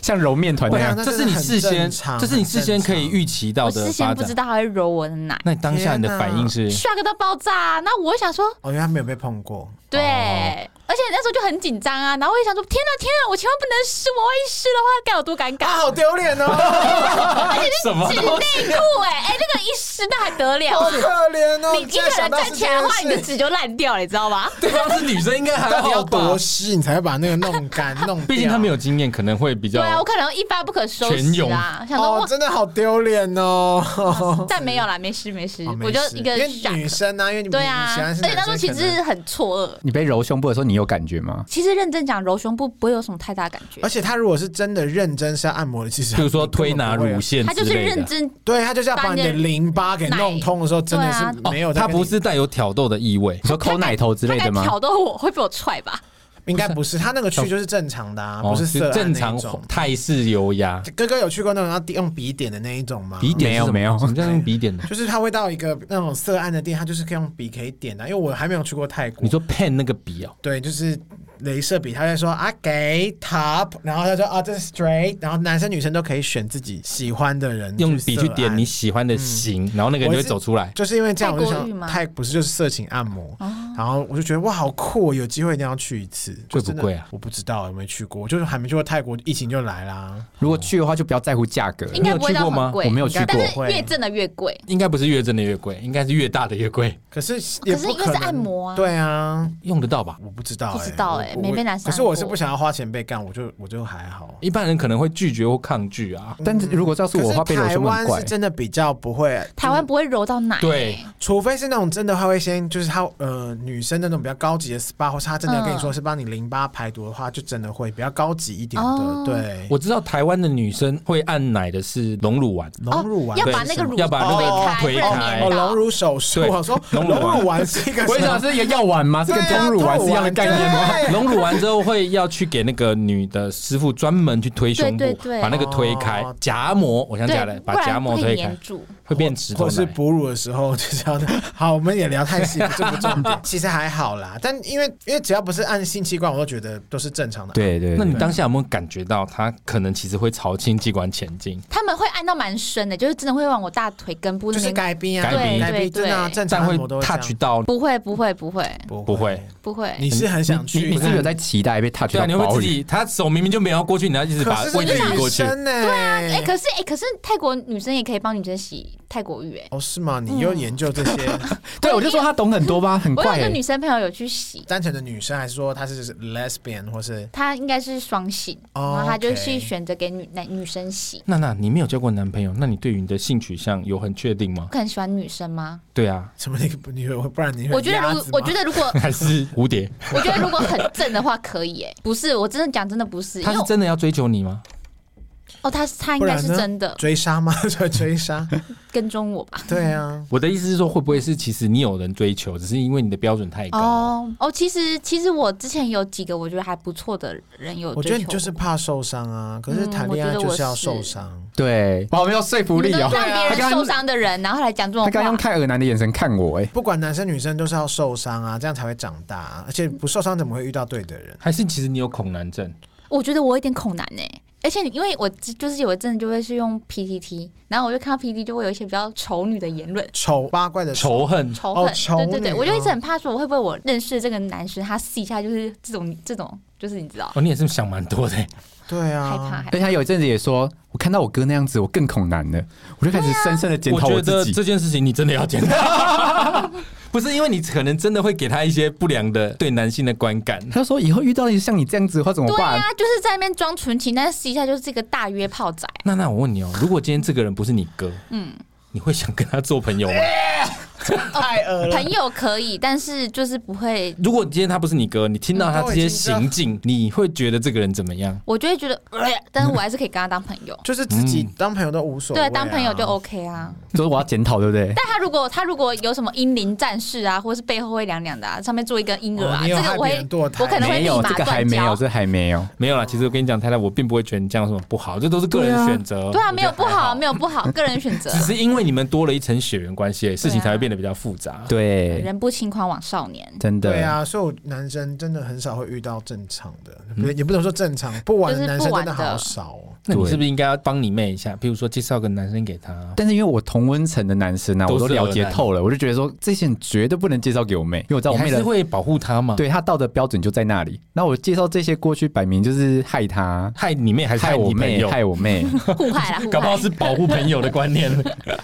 S4: 像揉面团那
S3: 对啊
S4: 样。
S3: 那
S2: 这是
S3: 真的
S2: 你
S3: 很
S2: 事先
S3: 正，常
S2: 这是你事先
S3: 很正
S2: 可以
S3: 常
S2: 预期到
S5: 我
S2: 的
S5: 事
S2: 发
S5: 先不知
S2: 展。
S5: 道他会揉我的奶，
S2: 那你当下你的
S3: 天哪
S2: 反应是？
S5: 吓到爆炸、啊。那我想说，
S3: 哦，因为他没有被碰过，
S5: 对，
S2: 哦
S5: 而且那时候就很紧张啊，然后我也想说，天哪天哪，我千万不能湿，我万一湿的话该有多尴
S3: 啊，
S5: 尬。
S3: 好丢脸 哦，
S2: 什么
S5: 纸内裤哎哎，那个一湿那还得了
S3: 好
S5: 啊？
S3: 可怜哦。
S5: 你一
S3: 竟
S5: 个
S3: 然
S5: 人
S3: 想到
S5: 站
S3: 是
S5: 起来的话，
S3: 这
S5: 你的
S3: 件事
S5: 纸就烂掉了，你知道吗？
S2: 对方是女生，应该还
S3: 到底要
S2: 好吧
S3: 多？湿你才把那个弄干弄 掉？
S2: 毕竟她没有经验，可能会比较
S5: 对。啊，我可能一发不可收
S2: 全
S5: 拾
S2: 涌
S5: 啊，想说
S3: 哦
S5: 我，
S3: 真的好丢脸哦。
S5: 但没有啦，没事没事
S3: 哦，没
S5: 我就
S3: 事
S5: 一个
S3: 因为
S5: shock
S3: 女生啊，因为你
S5: 对
S3: 你
S5: 啊
S3: 喜欢，是
S5: 而且
S3: 男
S5: 当时
S3: 生
S5: 其
S3: 可能
S5: 实很错愕。
S4: 你被揉胸部的时候，你有感觉吗？
S5: 其实认真讲，揉胸部不会有什么太大感觉
S3: 而，且他如果是真的认真是要按摩的，其实
S2: 比如说推拿乳
S3: 腺，
S2: 腺
S5: 他
S2: 之
S5: 就是
S2: 类
S5: 认
S2: 的。
S5: 真，
S3: 啊对他就是要把你的淋巴给弄通的时候，真的
S5: 奶
S3: 是
S5: 对
S2: 哦
S3: 没有在
S2: 它
S3: 跟你，
S2: 不是带有挑逗的意 味。
S4: 你说抠奶头之
S5: 他
S4: 类的
S5: 敢
S4: 吗？
S5: 挑逗我会被我踹吧？
S3: 应该不是，他那个去就是正常的啊，不是
S2: 就
S3: 色
S2: 哦正
S3: 按那
S2: 常
S3: 一种。
S2: 泰式油 压，
S3: 哥哥有去过那种要用笔点的那一种吗？
S2: 鼻点是什么
S4: 没有没有
S2: 什么叫用鼻点 的？
S3: 就是他会到一个那种色按的店，他就是可以用笔可以点的、啊因为我还没有去过泰国。
S2: 你说 pen 那个笔哦，
S3: 对，就是镭射笔，他会说啊给 top，然后他说啊这是 straight，然后男生女生都可以选自己喜欢的人
S2: 用笔去嗯点
S3: 你。
S2: 你喜欢的型，然后那个人就会走出来。
S3: 就是因为这样，我就
S5: 泰国浴
S3: 想
S5: 吗哦
S3: 泰不是就是色情按摩，然后我就觉得哇好酷哦，有机会一定要去一次。就
S2: 贵不
S3: 真的
S2: 贵啊
S3: 我不知道有没有去过，我就是还没去过泰国，疫情就来啦。
S4: 如果去的话，就不要在乎价格了。
S5: 应该不会到
S2: 你有去过吗
S5: 很贵，
S4: 我没有去过
S5: 但是越正的越贵。
S2: 应该不是越真的越贵，应该是越大的越贵，
S3: 可是也
S5: 哦可是
S3: 不
S5: 因为
S3: 能
S5: 是按摩啊，
S3: 对啊，
S2: 用得到吧？
S3: 我不知道欸、
S5: 不知道欸
S3: 我
S5: 没被男生
S3: 可是我是
S5: 按过
S3: 不想要花钱被干，我就我就还好。
S2: 一般人可能会拒绝或抗拒啊。
S4: 但是如果要是我的
S3: 可
S4: 话，被
S3: 是
S4: 揉
S3: 台
S4: 胸部很
S3: 湾
S4: 怪
S3: 是。真的比较不会，
S5: 台湾不会揉到奶、欸，
S2: 对，
S3: 除非是那种真的他会先就是他呃女生那种比较高级的 SPA，或是他真的要跟你说是帮你淋巴排毒的话，就真的会比较高级一点的。
S5: 哦
S3: 对，
S2: 我知道台湾的女生会按奶的是隆乳丸，
S3: 隆乳丸
S5: 哦要
S2: 对
S5: 把那个乳
S2: 要把那个
S5: 推
S2: 推开
S5: 开，不然
S3: 哦，
S5: 黏到
S3: 隆乳手术，
S2: 对
S3: 我说
S2: 隆乳丸
S3: 哦隆乳丸是一个什么，
S4: 我想是也药丸吗？是跟
S3: 对啊
S4: 通乳丸是一样的概念 吗？？
S3: 对啊
S2: 隆乳完之后会要去给那个女的师傅专门去推胸部，
S5: 对对对
S2: 把那个推开
S3: 哦
S2: 夹膜，我想
S5: 对
S2: 夹了，，把
S5: 不
S2: 夹
S5: 然
S2: 膜
S5: 会
S2: 推开
S5: 黏住。
S2: 会变石头
S3: 或
S2: 奶。
S3: 是哺乳的时候就是要好，我们也聊太细，这不重点。其实还好啦，但因为因为只要不是按性器官，我都觉得都是正常的。，
S4: 对对
S2: 那你
S4: 对，
S2: 当下有没有感觉到她可能其实会朝性器官前进？
S5: 他们会按到蛮深的，就是真的会往我大腿根部
S3: 就
S5: 那
S3: 是
S5: 边。
S3: 该逼啊，
S2: 该逼
S3: 该逼，
S5: 对对
S3: 真的啊
S5: 对
S3: 正
S2: 但
S3: 常
S2: 会
S3: 按摩都会这样
S2: touch 到，
S5: 不会不会不会
S3: 不
S2: 不会。
S5: 不会，
S3: 你是很想
S4: 你
S3: 去
S4: 你是不是有在期待被 touch
S2: 对啊，
S4: 到
S2: 你会不
S4: 包
S2: 会自
S4: 里？
S2: 己，她手明明就没有要过去，你要一直
S3: 可
S2: 把
S3: 是
S2: 位置
S3: 这
S2: 移
S3: 女
S2: 过去。
S3: 生呢？对啊，
S5: 哎、可是哎、可是泰国女生也可以帮女生洗泰国浴哎、
S2: 嗯
S3: 哦是吗？你又研究这些
S4: 对，我就说他懂很多吧，很
S5: 我有
S4: 怪
S5: 一个
S4: 欸。
S5: 女生朋友有去洗，
S3: 单纯的女生，还是说她是 lesbian 或是
S5: 她应该是双性，
S3: 哦
S5: 然后她就
S3: OK
S5: 是选择给女男女生洗。
S2: 娜娜，你没有交过男朋友，那你对于你的性取向有很确定吗
S5: 我？可能喜欢女生吗？
S2: 对啊，
S3: 什么？你你不然你
S5: 我觉得
S3: 鸭
S5: 如
S3: 子吗
S5: 我觉得 如果
S2: 还是蝴蝶？
S5: 我觉得如果很正的话可以哎、不是我真的讲真的不是，因
S2: 他
S5: 为
S2: 是
S5: 我
S2: 真的要追求你吗？
S5: 哦他他应
S3: 不
S5: 该
S3: 然
S5: 是
S3: 呢
S5: 真的
S3: 追杀吗？ 追追杀？
S5: 跟踪我吧。
S3: 对啊，
S2: 我的意思是说，会不会是其实你有人追求，只是因为你的标准太高？
S5: 哦哦，其实其实我之前有几个我觉得还不错的人有
S3: 我
S5: 追
S3: 觉
S5: 求
S3: 得你就是怕受伤啊。可是
S5: 嗯
S3: 谈恋
S5: 我
S3: 爱
S5: 觉得我
S3: 就是要
S5: 是
S3: 受伤，
S4: 对，哇，我们要说服
S5: 我你
S4: 力
S5: 们
S3: 啊
S4: 哦
S5: 都。让别
S4: 他刚
S5: 人受伤的人，然后来讲这种
S4: 他刚用
S5: 话。
S4: 看耳男的眼神看我，哎，
S3: 不管男生女生都是要受伤啊，这样才会长大啊。而且不受伤怎么会遇到对的人？
S2: 还是其实你有恐男症？
S5: 我觉得我有点恐男呢、而且因为我之就是有一阵子就会是用 PPT，然后我就看到 PPT 就会有一些比较丑女的言论。
S3: 丑八怪的
S2: 仇恨
S5: 仇
S3: 哦
S5: 恨，
S3: 仇
S5: 对对
S3: 哦女
S5: 对，我就一直
S3: 哦
S5: 很怕说，我会不会我认识这个男生，他私底下就是这种这种就是你知道，
S2: 哦，你也是想蛮多的欸，
S3: 对啊，
S5: 害怕害
S4: 而且他有一阵子也说，我看到我哥那样子，我更恐男了，我就开
S5: 啊
S4: 始深深的检
S2: 我
S4: 讨
S2: 觉
S4: 自
S2: 得
S4: 己。
S2: 这件事情你真的要检讨， 不是因为你可能真的会给他一些不良的对男性的观感。
S4: 他说以后遇到像你这样子的话怎么
S5: 对
S4: 办？
S5: 啊，就是在那边装纯情，但是私底下就是一个大约炮仔。
S2: 娜娜，我问你哦，如果今天这个人不是你哥，嗯，你会想跟他做朋 友吗？
S3: 太恶了。
S5: 哦朋友可以，但是就是不会，
S2: 如果今天他不是你哥，你听到他这些行
S3: 嗯。
S5: 啊
S2: 径，你会觉得这个人怎么样？
S5: 我就会觉得，呃但是我还是可以跟他当朋友
S3: 就是自己
S2: 嗯
S3: 当朋友都无所谓、
S5: 对，当朋友就。OK 啊。
S4: 就是我要检讨，对不对？
S5: 但他如果他如果有什么英灵战士啊，或是背后会凉凉的啊，上面做一个婴儿
S3: 哦
S5: 啊，
S3: 你
S5: 这
S3: 有
S5: 个
S3: 害
S5: 我
S3: 别
S5: 会
S3: 人堕，胎
S5: 我可能会
S4: 没
S5: 立
S4: 有，
S5: 马
S4: 这个还
S5: 断
S4: 没有，
S5: 交。
S4: 这还没有。
S2: 没有啦，其实我跟你讲，太太，我并不会觉得你这样有什么不好，这都是个人选择。
S5: 对啊，
S2: 我觉得
S5: 没有不
S2: 还
S5: 好，没有不好，个人选 择
S2: 只。是因为你们多了一层血缘关系，事情才会变得比较复杂。
S4: 对，啊
S5: 人不轻狂枉少年，
S4: 真的。
S3: 对啊，所以我男生真的很少会遇到正常的，
S2: 嗯
S3: 也也不能说正常，不玩的男生真的好少哦。
S2: 那你
S4: 对
S2: 是不是应该要帮你妹一下？比如说介绍个男生给她，
S4: 但是因为我同温层的男生呢、啊，
S2: 都
S4: 我
S2: 是
S4: 都了解
S2: 恶男
S4: 透了，我就觉得说这些人绝对不能介绍给我妹，因为我知道
S2: 你
S4: 我
S2: 还
S4: 妹
S2: 是
S4: 的
S2: 会保护她嘛？，
S4: 对她道德标准就在那里。那我介绍这些过去，摆明就是害她，
S2: 害你妹还是
S4: 害我
S2: 你朋
S4: 妹，
S2: 友？
S4: 害我妹，
S5: 互害啦，互
S2: 搞不好
S5: 害。
S2: 是保护朋友的观 念。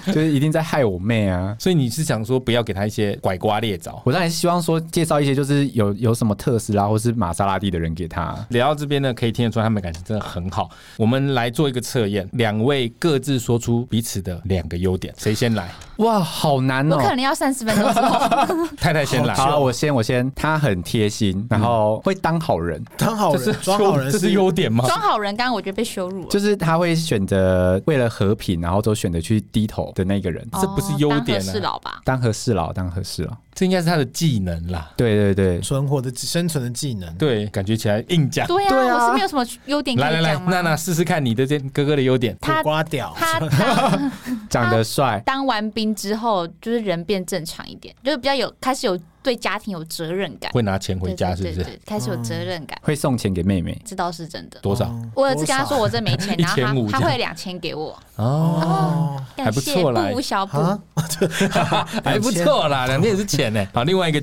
S4: 就是一定在害我妹啊。
S2: 所以你是想说不要给她一些拐瓜裂枣？
S4: 我当然希望说介绍一些就是有有什么特斯拉或是玛莎拉蒂的人给她。
S2: 聊到这边呢，可以听得出来他们感情真的很好。我们来做一个测验，两位各自说出彼此的两个优点，谁先来？
S4: 哇，好难
S5: 我
S4: 哦、
S5: 可能要三十分钟 之后，
S2: 太太先来。
S4: 好，我先我先，她很贴心，然后会当好人，
S3: 当好
S2: 这是
S3: 人，装好人
S2: 这是优点吗？
S5: 装好人，刚刚我觉得被羞辱了，
S4: 就是她会选择为了和平，然后都选择去低头的那个人，
S5: 哦
S2: 这不是优点啊
S5: 是老吧？
S4: 当和事佬，当和事佬。
S2: 这应该是他的技能啦。
S4: 对对对，
S3: 存活的生存的技能。
S2: 对，感觉起来硬讲。
S5: 对
S4: 对
S5: 啊，
S4: 啊
S5: 我是没有什么优点可
S2: 来来
S5: 以
S2: 来
S5: 讲，
S2: 娜
S5: 吗？
S2: 娜试试看你的这哥哥的优点。
S5: 他
S3: 苦瓜屌，
S5: 他当，
S4: 长得帅
S5: 当完兵之后，就是人变正常一点，就是比较有开始有对家庭有责任感，
S2: 会拿钱回家是不
S5: 对对
S2: 是？
S5: 对对开始有责任感，
S4: 会送钱给妹妹。
S5: 这倒是真的。
S2: 多少？
S3: 嗯
S5: 我有一次跟他说我这没钱，
S2: 多
S5: 然
S2: 少
S5: 后
S2: 1500
S5: 他他
S2: 这样
S5: 会两千 给我，
S2: 哦，
S3: 哦
S5: 感
S2: 不
S5: 谢
S2: 错啦
S5: 不无小补。
S3: 啊，
S2: 哦 还不错啦，两天也是钱呢。好，另外一个，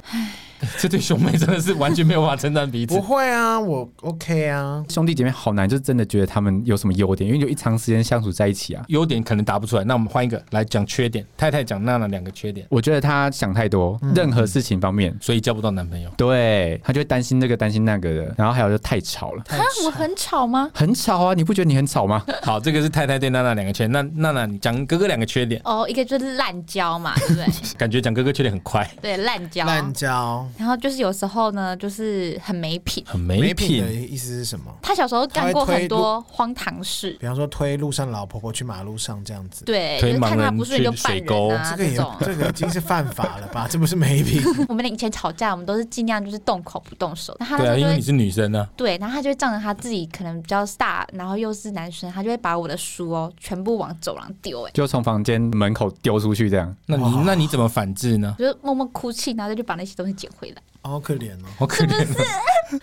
S2: 这对兄妹真的是完全没有办法称赞彼
S3: 不
S2: 此。
S3: 会啊，我 OK 啊，
S4: 兄弟姐妹好难，就是真的觉得他们有什么优点，因为有一长时间相处在一起啊。
S2: 优点可能答不出来，那我们换一个来讲缺点。太太讲娜娜两个缺点，
S4: 我觉得他想太多，
S2: 嗯
S4: 任何事情方面，
S2: 所以交不到男朋友。
S4: 对他就会担心这个担心那个的，然后还有就太吵了，
S5: 啊，我很吵吗？
S4: 很吵啊！你不觉得你很吵 吗？
S2: 好，这个是太太对娜娜两个缺点。那娜娜你讲哥哥两个缺点，
S5: 哦，一个就是滥 交嘛，对不对？
S2: 感觉讲哥哥缺点很快，
S5: 对，滥交。啊
S3: 滥交。
S5: 然后就是有时候呢，就是很没品。
S2: 很
S3: 没
S2: 没
S3: 品的意思是什么？
S5: 他小时候干过
S3: 他会推
S5: 很多荒唐事，
S3: 比方说推路上老婆婆去马路上这样子，
S5: 对，就
S2: 推
S5: 是
S2: 盲
S5: 看他
S2: 人
S5: 不顺眼
S2: 去
S5: 就绊
S2: 水沟
S5: 人啊
S3: 这个也
S5: 种。
S3: 这个已经是犯法了吧？这 不是没品，
S5: 我们以前吵架，我们都是尽量就是动口不动手。那他
S2: 对啊，
S5: 就
S2: 因为
S5: 会
S2: 你是女生啊，
S5: 对，然后他就会仗着他自己可能比较大，然后又是男生，他就会把我的书哦全部往走廊丢，哎，
S4: 就从房间门口丢出去这样。
S2: 那你
S3: 哇
S2: 那你怎么反制呢？
S5: 就是默默哭泣，然后就把那些东西捡回来。
S3: 好可怜哦。
S2: 好可怜哦，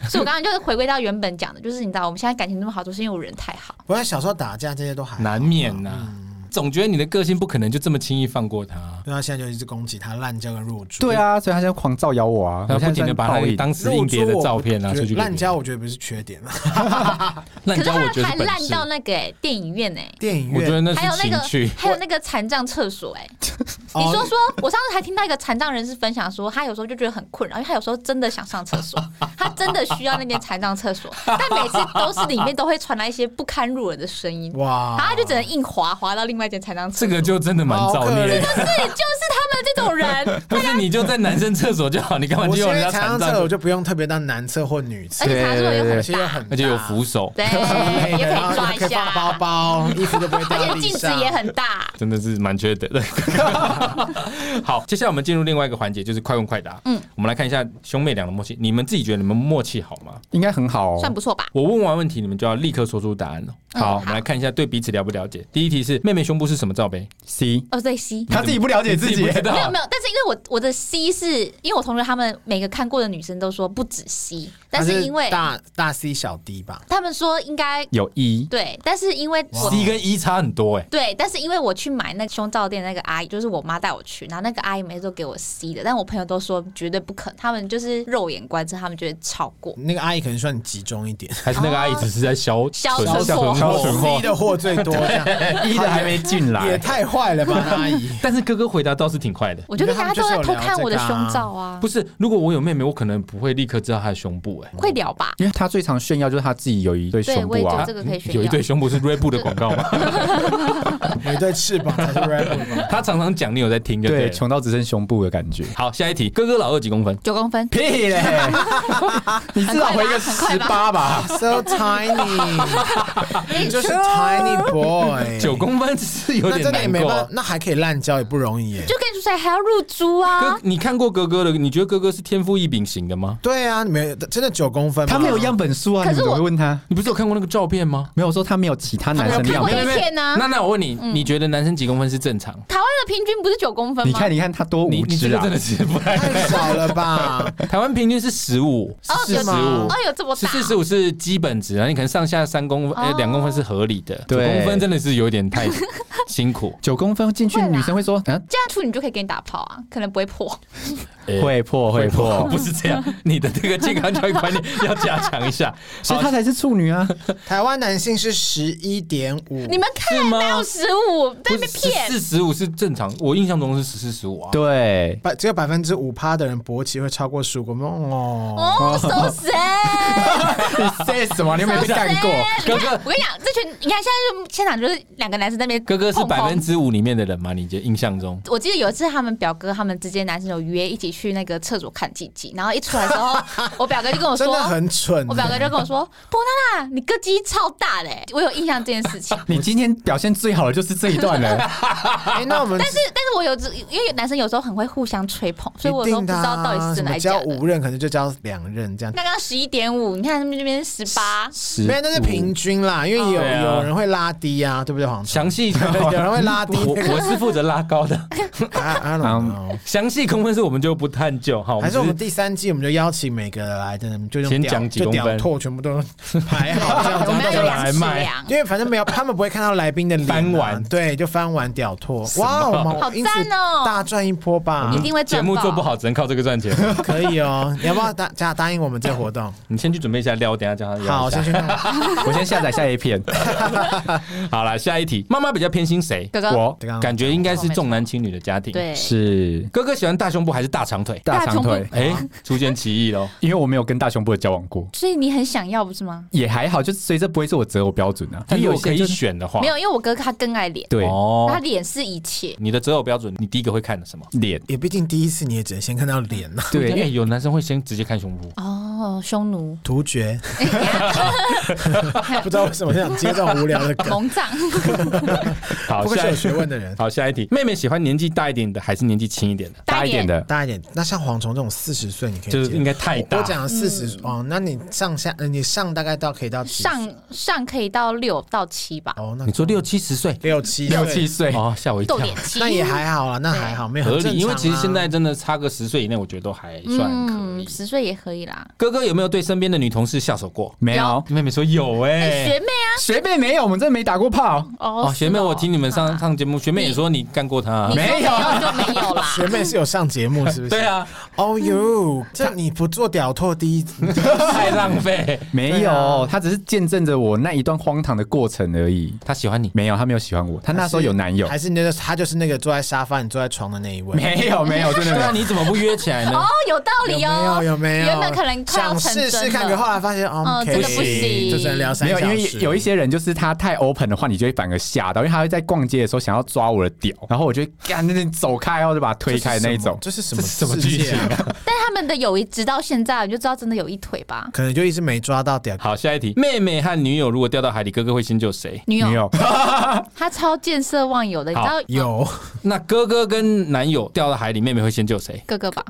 S5: 所以我刚刚就是回归到原本讲的，就是你知道我们现在感情那么好，都是因为我人太好。
S3: 不然小时候打架这些都还好
S2: 难免呐。
S3: 嗯
S2: 总觉得你的个性不可能就这么轻易放过他，
S3: 对他啊现在就一直攻击他滥交跟入住。
S4: 对，啊，所以他现在狂造谣我啊，
S2: 他
S4: 我
S2: 不
S4: 现在
S2: 停的
S4: 算
S2: 把他
S4: 报应
S2: 当时硬碟的照片啊拿出去给别人。
S3: 滥交我觉得不是缺点，啊
S2: 滥
S5: 可是
S2: 交，我觉得
S5: 他还
S2: 是本
S5: 烂
S2: 事。
S5: 到那个哎电影院哎，
S3: 电影
S2: 我觉得
S3: 院
S2: 那
S5: 还有
S2: 是
S5: 那
S2: 情趣
S5: 个，还有那个残障厕所 哎、
S3: 哦
S5: 你说说，我上次还听到一个残障人士分享说，他有时候就觉得很困扰，因为他有时候真的想上厕所，他真的需要那间残障厕所，但每次都是里面都会传来一些不堪入耳的 声音，
S3: 哇，
S5: 然后他就只能硬滑滑到另外一间残
S3: 哦
S5: 障厕
S2: 这
S5: 所。
S2: 个就真的蛮造
S3: 好可
S2: 孽
S3: 怜
S2: 的。
S5: 是，就是他们这 种人，
S2: 不是你就在男生厕所就好，你干嘛
S3: 我
S2: 就
S3: 现
S2: 用人
S3: 在
S2: 家残
S3: 常常厕
S2: 障？
S3: 所就不用特别当男厕或女厕
S5: 而，且残障厕所又
S4: 对
S3: 而
S5: 很
S3: 且又很大
S2: 而且有
S5: 啊
S2: 扶，手，
S5: 对，也可
S3: 然后
S5: 以抓一
S3: 可以放包
S5: 下，
S3: 包，衣服都不会
S5: 而
S3: 掉
S5: 且
S3: 地
S5: 镜子
S3: 上。
S5: 也很大。
S2: 真的是蛮缺德的。 好，接下来我们进入另外一个环节，就是快问快答。嗯
S5: 嗯，
S2: 我们来看一下兄妹俩的默契。你们自己觉得你们默契好吗？
S4: 应该很好、哦，
S5: 算不错吧，
S2: 我问完问题，你们就要立刻说出答案了。
S5: 嗯
S2: 好，
S5: 好
S2: 我们来看一下对彼此了不了解。第一题是妹妹胸部是什么罩杯？
S4: C，
S5: 哦，对 C。
S4: 他自己不了解自
S2: 你
S4: 己
S2: 不，知道
S5: 没有没有，但是因为我我的 C 是因为我同学他们每个看过的女生都说不止 C，但
S3: 它
S5: 是因为
S3: 大大 C 小 D 吧，
S5: 他们说应该
S4: 有 E，
S5: 对，但是因为我
S2: C 跟 E 差很多哎、
S5: 对，但是因为我去买那个胸罩店，那个阿姨就是我妈带我去，然后那个阿姨每次都给我 C 的，但我朋友都说绝对不可能，他们就是肉眼观测，他们觉得超过。
S3: 那个阿姨可能算你集中一点，
S2: 还是那个阿姨只是在消
S5: 消
S2: 存
S5: 存货
S2: 消存货
S3: C 的货最多，这 样
S4: 一的还没进
S3: 也
S4: 来，
S3: 太坏了吧，那阿姨。
S2: 但是哥哥回答倒是挺快的。
S5: 我就跟
S3: 那他们
S5: 大
S3: 就
S5: 家都
S3: 是
S5: 在
S3: 有
S5: 偷
S3: 聊
S5: 看
S3: 这
S5: 我的
S3: 个啊
S5: 胸罩啊，
S2: 不是，如果我有妹妹，我可能不会立刻知道她的胸部哎、
S5: 会聊吧？
S4: 因为他最常炫耀就是他自己有一对
S5: 对
S4: 胸
S5: 我也
S4: 部
S5: 觉得
S4: 啊
S5: 哦这，个可以
S2: 嗯
S5: 炫
S2: 有一
S5: 耀
S2: 对。胸部是锐步的广告 嘛？
S3: 有一对翅膀才是 rapper 吧？
S2: 她常常讲，你有在听就对
S4: 对，
S2: 了。
S4: 穷到只剩胸部的感觉。
S2: 好，下一题，哥哥老二几公分？
S5: 九公分，
S4: 屁 嘞！你至少回个十
S5: 很快吧
S4: 八吧？
S3: So tiny，你就是 tiny boy，
S2: 九公分是有
S3: 那
S2: 点
S3: 真的也
S2: 难
S3: 没
S2: 过
S3: 办
S2: 啊
S3: 法。，那还可以滥交也不容易耶。
S5: 就跟你说还要入珠
S2: 哥
S5: 啊，，
S2: 你看过哥哥的？你觉得哥哥是天赋异禀型的吗？
S3: 对啊，你没真的九公分吗，
S4: 他没有样本数啊，
S5: 可
S4: 你
S5: 是
S4: 们怎么
S5: 我
S4: 会问他？
S2: 你不是有看过那个照片吗？
S4: 没有我说他没有其他男生的样
S5: 我
S4: 本
S5: 也。骗啊。
S2: 那那我问你，你觉得男生几公分是正常？
S5: 台湾的平均不是九公分吗？
S4: 你看，你看他多
S2: 你
S4: 无
S2: 你这
S4: 知
S2: 个
S4: 啊
S2: 真！的是不太
S3: 太少了吧？
S2: 台湾平均是十五，是
S5: 有
S2: 十五
S5: 哦，，有这么
S2: 十
S5: 大？
S2: 四十五是基本值啊。你可能上下三公分，哎，
S5: 哦
S2: 两公分是合理的，九
S4: 对
S2: 公分真的是有点太辛 苦，
S4: 九公分进去
S5: 会，啦
S4: 女生会说：“啊，
S5: 这样处女就可以给你打炮啊，可能不会破。
S2: 哎
S4: 会破会破。
S2: 不是这样。你的这个健康教育观念要加强一下，”哦
S4: 所以她 才是处女啊！
S3: 台湾男性是十一点五，
S5: 你们
S2: 是
S5: 看
S2: 吗
S5: 哪有十五？被被骗。哦
S2: 四十五是正常，我印象中是十四十五啊。
S4: 对，
S3: 百只有百分之五趴的人勃起会超过十五公分哦。
S5: 哦，收拾！
S4: 你 say 什么？你有没有被干过？
S2: 哥哥，
S5: 我跟你讲，这群你看现在就现场就是两个男生在那边
S2: 哥哥是
S5: 碰碰
S2: 百分。之五里面的人吗？你觉得印象中？
S5: 我记得有一次，他们表哥他们之间男生有约一起去那个厕所看鸡鸡，然后一出来的时候，我表哥就跟我说
S3: 真，的很蠢啊
S5: 我，表哥就跟我说， 波娜娜，你哥鸡超大嘞、我有印象这件事情。
S4: 你今天表现最好的就是这一段了。
S3: 哎，那我 们
S5: 但是，但是我有只，因为男生有时候很会互相吹捧，所以我
S3: 一
S5: 都
S3: 定
S5: 不知
S3: 的啊
S5: 道到底是
S3: 什
S5: 真的
S3: 么
S5: 还是假
S3: 交
S5: 的。
S3: 五任可能就交两任这样，
S5: 那刚刚十一点五，你看他们这边十八，
S4: 十
S3: 没有那是平均啦，因为有
S2: 对啊
S3: 有人会拉低啊，对不对？黄虫
S2: 详 细
S3: 有人会拉低
S2: 我
S3: 那个
S2: 我是负责拉高的，
S3: I I don't know。
S2: 详细公分数我们就不探究哈。
S3: 还是我
S2: 只
S3: 们第三季我们就邀请每个人来，真的就用
S2: 先
S3: 屌
S2: 讲几
S3: 就
S2: 公
S3: 屌
S2: 分
S3: 拓全部都排好这样
S5: 我
S3: 子，
S5: 们要有
S2: 两
S5: 两
S2: 来
S5: 尺
S2: 卖
S5: 量。
S3: 因为反正没有，他们不会看到来宾的脸啊
S2: 翻完
S3: 对，就翻完屌拓，哇，我们
S5: 好
S3: 因此
S5: 赞哦
S3: 大赚一波吧
S5: 一，定会
S2: 节
S5: 赚
S2: 目
S5: 爆
S2: 做不好，只能靠这个赚钱。
S3: 可以哦，你要不要答答答应我们这活 动？
S2: 你先去准备一下料，等一下叫他
S3: 好，
S2: 聊
S3: 我
S2: 一下
S3: 先去看。
S4: 我先下载下一篇。
S2: 好了，下一题，妈妈比较偏心谁？
S5: 哥哥
S4: 我
S3: 这个
S2: 感觉应该是重男轻女的家庭。，
S5: 对，
S4: 是
S2: 哥哥喜欢大胸部还是大长腿？
S4: 大
S5: 大
S4: 长
S5: 胸部
S4: 腿，
S2: 哎，出现歧义喽。
S4: 因为我没有跟大胸部的交往过，
S5: 所以你很想要不是吗？
S4: 也还好，就是所以这不会是我择偶标准啊。
S2: 但
S4: 因
S2: 如
S4: 为有
S2: 果可
S4: 些
S2: 以
S4: 就是
S2: 选的话，
S5: 没有，因为我哥他更爱脸，
S4: 对
S5: 他
S2: 哦。
S5: 脸是一切。
S2: 你的择偶标准，你第一个会看的什么？
S4: 脸，
S3: 也毕竟第一次你也只能先看到脸啊 呐，
S4: 对，因
S2: 哎，
S4: 为
S2: 有男生会先直接看胸部。
S5: 哦，匈奴
S3: 图觉。不知道为什么想接这种无聊的梗，
S5: 蒙藏，
S2: 好，
S3: 不愧
S2: 下一
S3: 是有
S2: 题
S3: 学。问的人。
S2: 好，下一题，妹妹喜欢年纪大一点的还是年纪轻一点的？
S4: 大一点的，
S3: 大一点，那像蝗虫这种四十岁，你可以
S2: 就是
S3: 接
S2: 应该太大
S3: 我讲四十哦，那你上下，呃你上大概到可以到几
S5: 嗯上上可以到六到七吧，
S3: 哦，那
S2: 你说六七十岁
S3: 六七
S4: 六
S3: 岁
S4: 七，岁，
S2: 哦，吓我一跳
S5: 豆。点七，
S3: 那也还好啊啦，那还好，没有
S2: 合
S3: 很正
S2: 理，因为
S3: 常
S2: 其实
S3: 啊
S2: 现在真的差个十岁以内，我觉得都还算可以。
S5: 嗯十岁也可以啦。
S2: 哥哥有没有对身边的女同事下手过？
S4: 没有
S5: 有，
S2: 妹妹说有啊哎、
S5: 哎，学妹啊，
S4: 学妹没有，我们真的没打过炮，
S5: 哦
S2: 哦，学妹，我听你们上、
S5: 啊
S2: 上节目，学妹也说你干过她、啊
S5: 你。说
S4: 没
S5: 没
S4: 有
S5: 有就没 有啦。
S3: 学妹是有上节目，是不是？
S2: 对。啊，
S3: 哦哟，这你不做屌拓第一，
S2: 太浪费。
S4: 没
S3: 对啊
S4: 有，她只是见证着我那一段荒唐的过程而已。
S2: 她喜欢你，
S4: 没有，她没有喜欢我，她那时候有男友
S3: 还，是那个他就是那个坐在沙发，你坐在床的那一位？
S4: 没有没有，真的
S2: 对
S4: 没
S2: 啊，
S4: 有。
S2: 你怎么不约起来呢
S5: 哦？，有道
S3: 有
S5: 理
S3: 没
S5: 哦
S3: 有，有没有？
S5: 原本可能快要
S3: 想
S5: 成真
S3: 试
S5: 了
S3: 试看，可后来发现哦
S5: 嗯，
S3: 可以
S5: 真的不行
S3: 就只能聊三
S4: 没有，因为
S3: 小时
S4: 有一些人就是他太 open 的话，你就会反而吓到，因为他会在逛街的时候想要抓我的屌，然后我就会干那种走开，然后就把他推开那一种。
S3: 这是什么？
S2: 这是什么
S3: 这是
S2: 剧情
S3: 世界啊？
S5: 但他们的友谊直到现在，你就知道真的有一腿吧。
S3: 可能就一直没抓到屌。
S2: 好，下一题，妹妹和女友如果掉到海里，哥哥会先救谁？
S5: 女
S4: 没
S5: 友，
S4: 有，
S5: 她超见色忘友的，你知道
S3: 有
S2: 那哥哥跟男友掉到海里，妹妹会先救谁？
S5: 哥哥吧？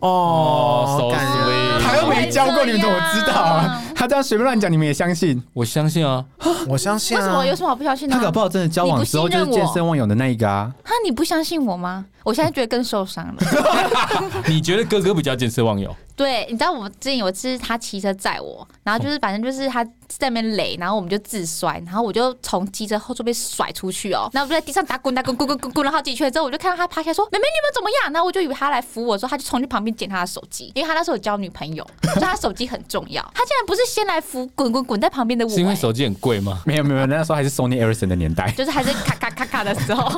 S2: 哦
S3: 哦，
S2: ，so
S3: 感人
S2: sweet
S4: 他又没教过，你们怎么知道
S5: 不会这
S4: 啊
S5: 样？
S4: 他这样随便乱讲，你们也相信？
S2: 我相信啊，
S3: 我相信
S5: 为什
S3: 啊
S5: 么？有，什么好不相信的、
S4: 他搞不好真的交往之后
S5: 你不
S4: 就
S5: 信
S4: 是
S5: 任我
S4: 见身忘友的那一个啊，
S5: 哈，你不相信我吗？我现在觉得更受伤了。
S2: 你觉得哥哥比较见色忘友？
S5: 对，你知道我们之前有一次他骑车载我，然后就是反正就是他在那边累，然后我们就自摔，然后我就从机车后座被甩出去哦，然后我就在地上打滚打滚滚滚滚滚了好几圈之后，我就看到他爬起来说：“妹妹，你们怎么样？”然后我就以为他来扶我，说他就冲去旁边捡他的手机， 因为他那时候有交女朋友，所以他手机很重要。他竟然不是先来扶滚滚滚在旁边的我、
S2: 是因为
S5: 欸
S2: 手机很贵吗？
S4: 没有没有，那时候还是 Sony Ericsson 的年 代。
S5: 就是还是咔咔咔咔的时候，
S3: 好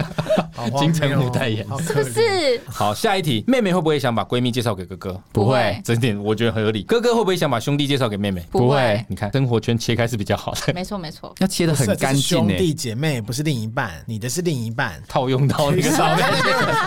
S3: 荒谬哦
S2: 金城武代言
S3: 好
S5: 是
S3: 可
S5: 不
S3: 怜哦
S5: 是？
S2: 好，下一题，妹妹会不会想把闺蜜介绍给哥哥？
S4: 不会
S5: 会，
S2: 这点我觉得很合理。哥哥会不会想把兄弟介绍给妹妹？
S5: 不会，
S2: 你看生活圈切开是比较好的，，
S5: 没错没错。
S4: 要切的
S3: 不
S4: 很
S3: 是
S4: 干
S3: 这是
S4: 净
S3: 兄
S4: 诶，
S3: 弟姐妹不是另一半，你的是另一半
S2: 套用到那个上面。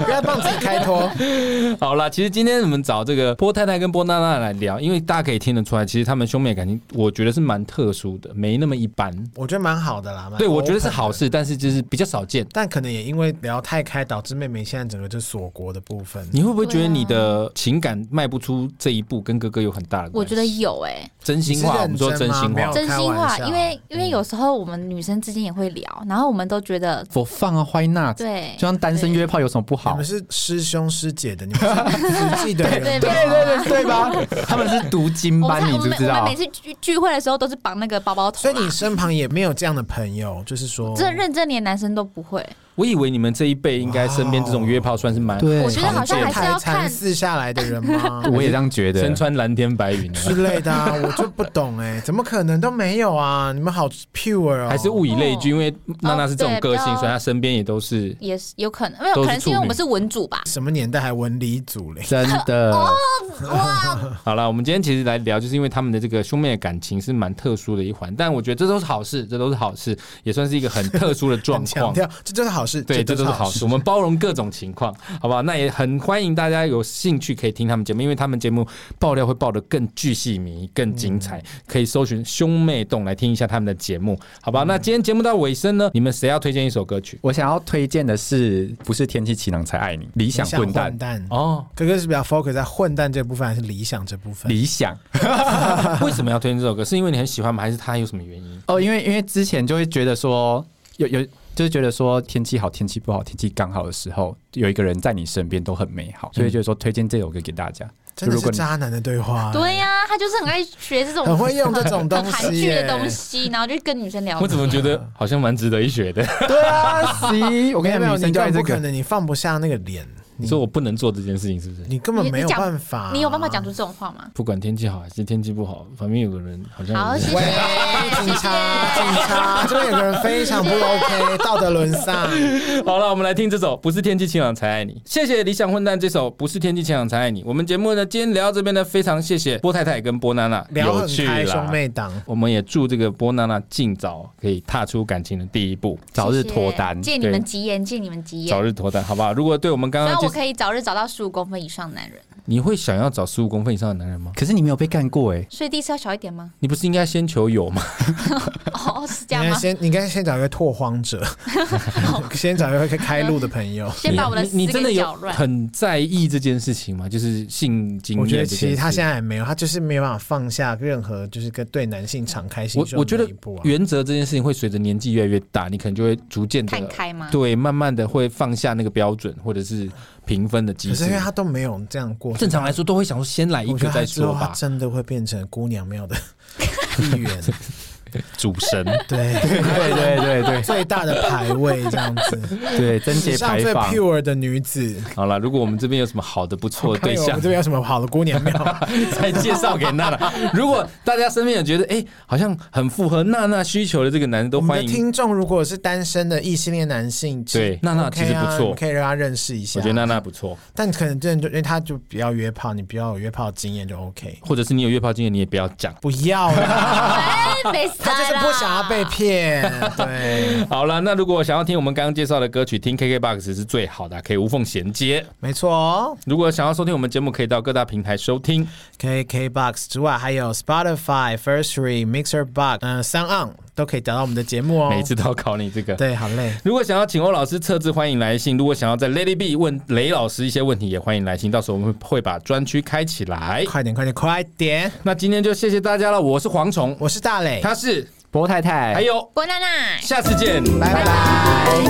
S3: 不要帮自己开脱。
S2: 好啦，其实今天我们找这个波太太跟波娜娜来聊，因为大家可以听得出来，其实他们兄妹感情，我觉得是蛮特殊的，没那么一般。
S3: 我觉得蛮好的啦，蛮
S2: 对，我觉得
S3: open
S2: 是
S3: 的
S2: 好。事，但是就是比较少见。
S3: 但可能也因为聊太开，导致妹妹现在整个就锁国的部分。
S2: 你会不会觉得你的情感迈不出这一步，跟哥哥有很大的关系？
S5: 我觉得有哎、
S2: 真心话，我们
S3: 你是认真
S2: 说真心
S3: 吗没
S2: 话
S3: 有，
S5: 真心
S3: 开玩
S5: 话，
S3: 笑
S5: 因为因为有时候我们女生之间也会聊，然后我们都觉得
S4: 我放啊，Why not？
S5: 对，
S4: 就像单身约炮有什么不
S3: 你
S4: 好
S3: 们？是师兄师姐的，你们是 实际的
S5: 对
S3: 人
S5: 对
S3: 吧。
S5: 对对。
S4: 对吧？他们是 读经
S5: 我们
S4: 班，你
S5: 我
S4: 知
S5: 们
S4: 不知
S5: 我们
S4: 道
S5: 每？次聚聚会的时候都是绑那个包包头
S3: 所
S5: 啦，
S3: 以你身旁也没有这样的朋友，就是说，
S5: 真的认真连男生都不会。
S2: 我以为你们这一辈应该身边这种约炮算是蛮
S4: 对？
S5: 我觉得好像还是
S3: 台
S5: 要
S3: 禅
S5: 看，
S3: 寺下来的人吗
S4: 我也这样觉得
S2: 身。穿蓝天白云的，
S3: 之类 的啊，我就不懂哎、怎么可能都没有啊？你们好 pure 哦，
S2: 还是物以类聚，因为娜娜是这种个性，
S5: 哦对
S2: 所以她身边也都是。
S5: 也是有可能，没有
S2: 都是
S5: 可能是
S2: 处
S5: 因为
S2: 女
S5: 我们是文主吧。
S3: 什么年代还文理组嘞？
S4: 真的，
S2: 好了，我们今天其实来聊，就是因为他们的这个兄妹的感情是蛮特殊的一环，但我觉得这都是好事，这都是好事，也算是一个很特殊的状
S3: 很强
S2: 况。
S3: 调，这就是好事，
S2: 对，这
S3: 就
S2: 都是好事。我们包容各种情况，好不好？那也很欢迎大家有兴趣可以听他们节目，因为他们节目爆料会爆得更巨细靡、更精彩，可以搜寻“兄妹洞”来听一下他们的节目，好吧？那今天节目到尾声呢，你们谁要推荐一首歌曲？
S4: 我想要推荐的是，不是天气晴朗才爱你，理想
S3: 理想
S4: 混蛋
S3: 混，蛋。
S2: 哦，
S3: 哥哥是比较 focus 在混蛋这部分，还是理想这部分？
S4: 理想。
S2: 为什么要推荐这首歌？是因为你很喜欢吗？还是它有什么原因？
S4: 哦，因为因为之前就会觉得说，有有就是觉得说天气好、天气不好、天气刚好的时候，有一个人在你身边都很美
S3: 嗯
S4: 好，所以就是说推荐这首歌给大家。
S3: 真的
S4: 如
S3: 是
S4: 果你
S3: 渣男的对话、
S5: 对呀，他就是很爱学这种
S3: 很会用这种东
S5: 很韩
S3: 西
S5: 剧
S3: 耶
S5: 的东西，然后就跟女生聊
S2: 我。怎么觉得好像蛮值得一学的？
S4: 对啊，行， 我
S3: 没
S4: 跟
S3: 有
S4: 你
S3: 没有，你
S4: 讲，女生就
S3: 根
S4: 爱
S3: 本
S4: 这
S3: 不可
S4: 个。
S3: 能，你放不下那个脸，
S2: 你说我不能做这件事情，是不是？
S3: 你根本没有
S5: 你讲
S3: 办法、啊
S5: 你有办法讲出？这种话吗？
S2: 不管天气好还是天气不好，反正有个人好像
S5: 好，
S2: 有
S5: 谢
S2: 点
S3: 警
S5: 谢，谢
S3: 察，
S5: 谢。
S3: 警察，这边有个人非常不 OK，道德沦丧。
S2: 好了，我们来听这首《不是天气晴朗才爱你》。谢谢理想混蛋这首《不是天气晴朗才爱你》。我们节目呢，今天聊到这边呢，非常谢谢波太太跟波娜娜，
S3: 聊
S2: 有
S3: 很
S2: 趣
S3: 开，兄
S2: 啦。
S3: 妹党。
S2: 我们也祝这个波娜娜尽早可以踏出感情的第一步，
S4: 早日脱单，
S5: 谢谢借你们吉言，借你们吉言。
S2: 早日脱单，好不好？如果对我们刚
S5: 那
S2: 刚
S5: 我
S2: 介绍，
S5: 可以早日找到十五公分以上男人，
S2: 你会想要找十五公分以上的男人吗？
S4: 可是你没有被干过哎、
S5: 所以第一次要小一点吗？
S2: 你不是应该先求有吗？
S5: 哦，是这
S3: 你
S5: 样
S3: 应该
S5: 吗？
S3: 先，你应该先找一个拓荒 者，先找一个开路的朋友。
S5: 先把我的
S2: 你
S5: 丝
S2: 你真的
S5: 给
S2: 有
S5: 搅乱。
S2: 很在意这件事情吗？就是性经验
S3: 我
S2: 这
S3: 觉
S2: 件
S3: 得
S2: 事。
S3: 其实他现在还没有，他就是没有办法放下任何，就是跟对男性敞开心
S2: 我
S3: 胸
S2: 我觉
S3: 的
S2: 得
S3: 那一步啊。
S2: 原则这件事情会随着年纪越来越大，你可能就会逐渐的
S5: 看开吗
S2: 对，慢慢的会放下那个标准或者是评分的机
S3: 可是
S2: 制
S3: 因为。他都没有这样过，
S2: 正常来说都会想说先来一
S3: 我觉
S2: 个
S3: 得他
S2: 再
S3: 之后
S2: 说
S3: 他
S2: 吧，
S3: 真的会变成姑娘庙的一 员，
S2: 主神。
S3: 对，
S4: 对对对对
S3: 最大的牌位这样子，
S4: 对，贞
S3: 史
S4: 洁
S3: 上
S4: 牌
S3: 最
S4: 坊。
S3: pure 的女子。
S2: 好了，如果我们这边有什么好的不错的对
S3: 看我
S2: 象
S3: 们这，边有什么好哦的姑娘庙？
S2: 再介绍给娜 娜。如果大家身边有觉得哎、好像很符合娜娜需求的这个男人，都
S3: 我们
S2: 欢
S3: 的
S2: 迎。
S3: 听众如果是单身的异性恋男性，其实
S2: 对娜娜
S3: OK 啊
S2: 其实不错
S3: 我们可以让他认识一下。
S2: 我觉得娜娜不错，
S3: 但可能真的就因为他就不要约炮，你不要有约炮经验就 OK，
S2: 或者是你有约炮经验，你也不要讲。
S3: 不 要啦，
S5: 哎没事啦
S3: 他就是不想要被骗。对，
S2: 好了，那如果想要听我们刚刚介绍的歌曲，听 KKBOX 是最好的，啊可以无缝衔接。
S3: 没错哦。
S2: 如果想要收听我们节目，可以到各大平台收听。
S3: KKBox 之外，还有 Spotify、Firstory、Mixer Box，嗯、呃，三 on 都可以找到我们的节目哦。
S2: 每次都要考你这个。
S3: 对，好累。
S2: 如果想要请欧老师测字，欢迎来信；如果想要在 Lady B 问雷老师一些问题，也欢迎来信。到时候我们会把专区开起来。
S3: 快点，快点，快点！
S2: 那今天就谢谢大家了，我是蝗虫，
S3: 我是大磊，
S2: 他是
S4: 波太太，
S2: 还有，
S5: 波娜娜，
S2: 下次见，
S3: 拜拜。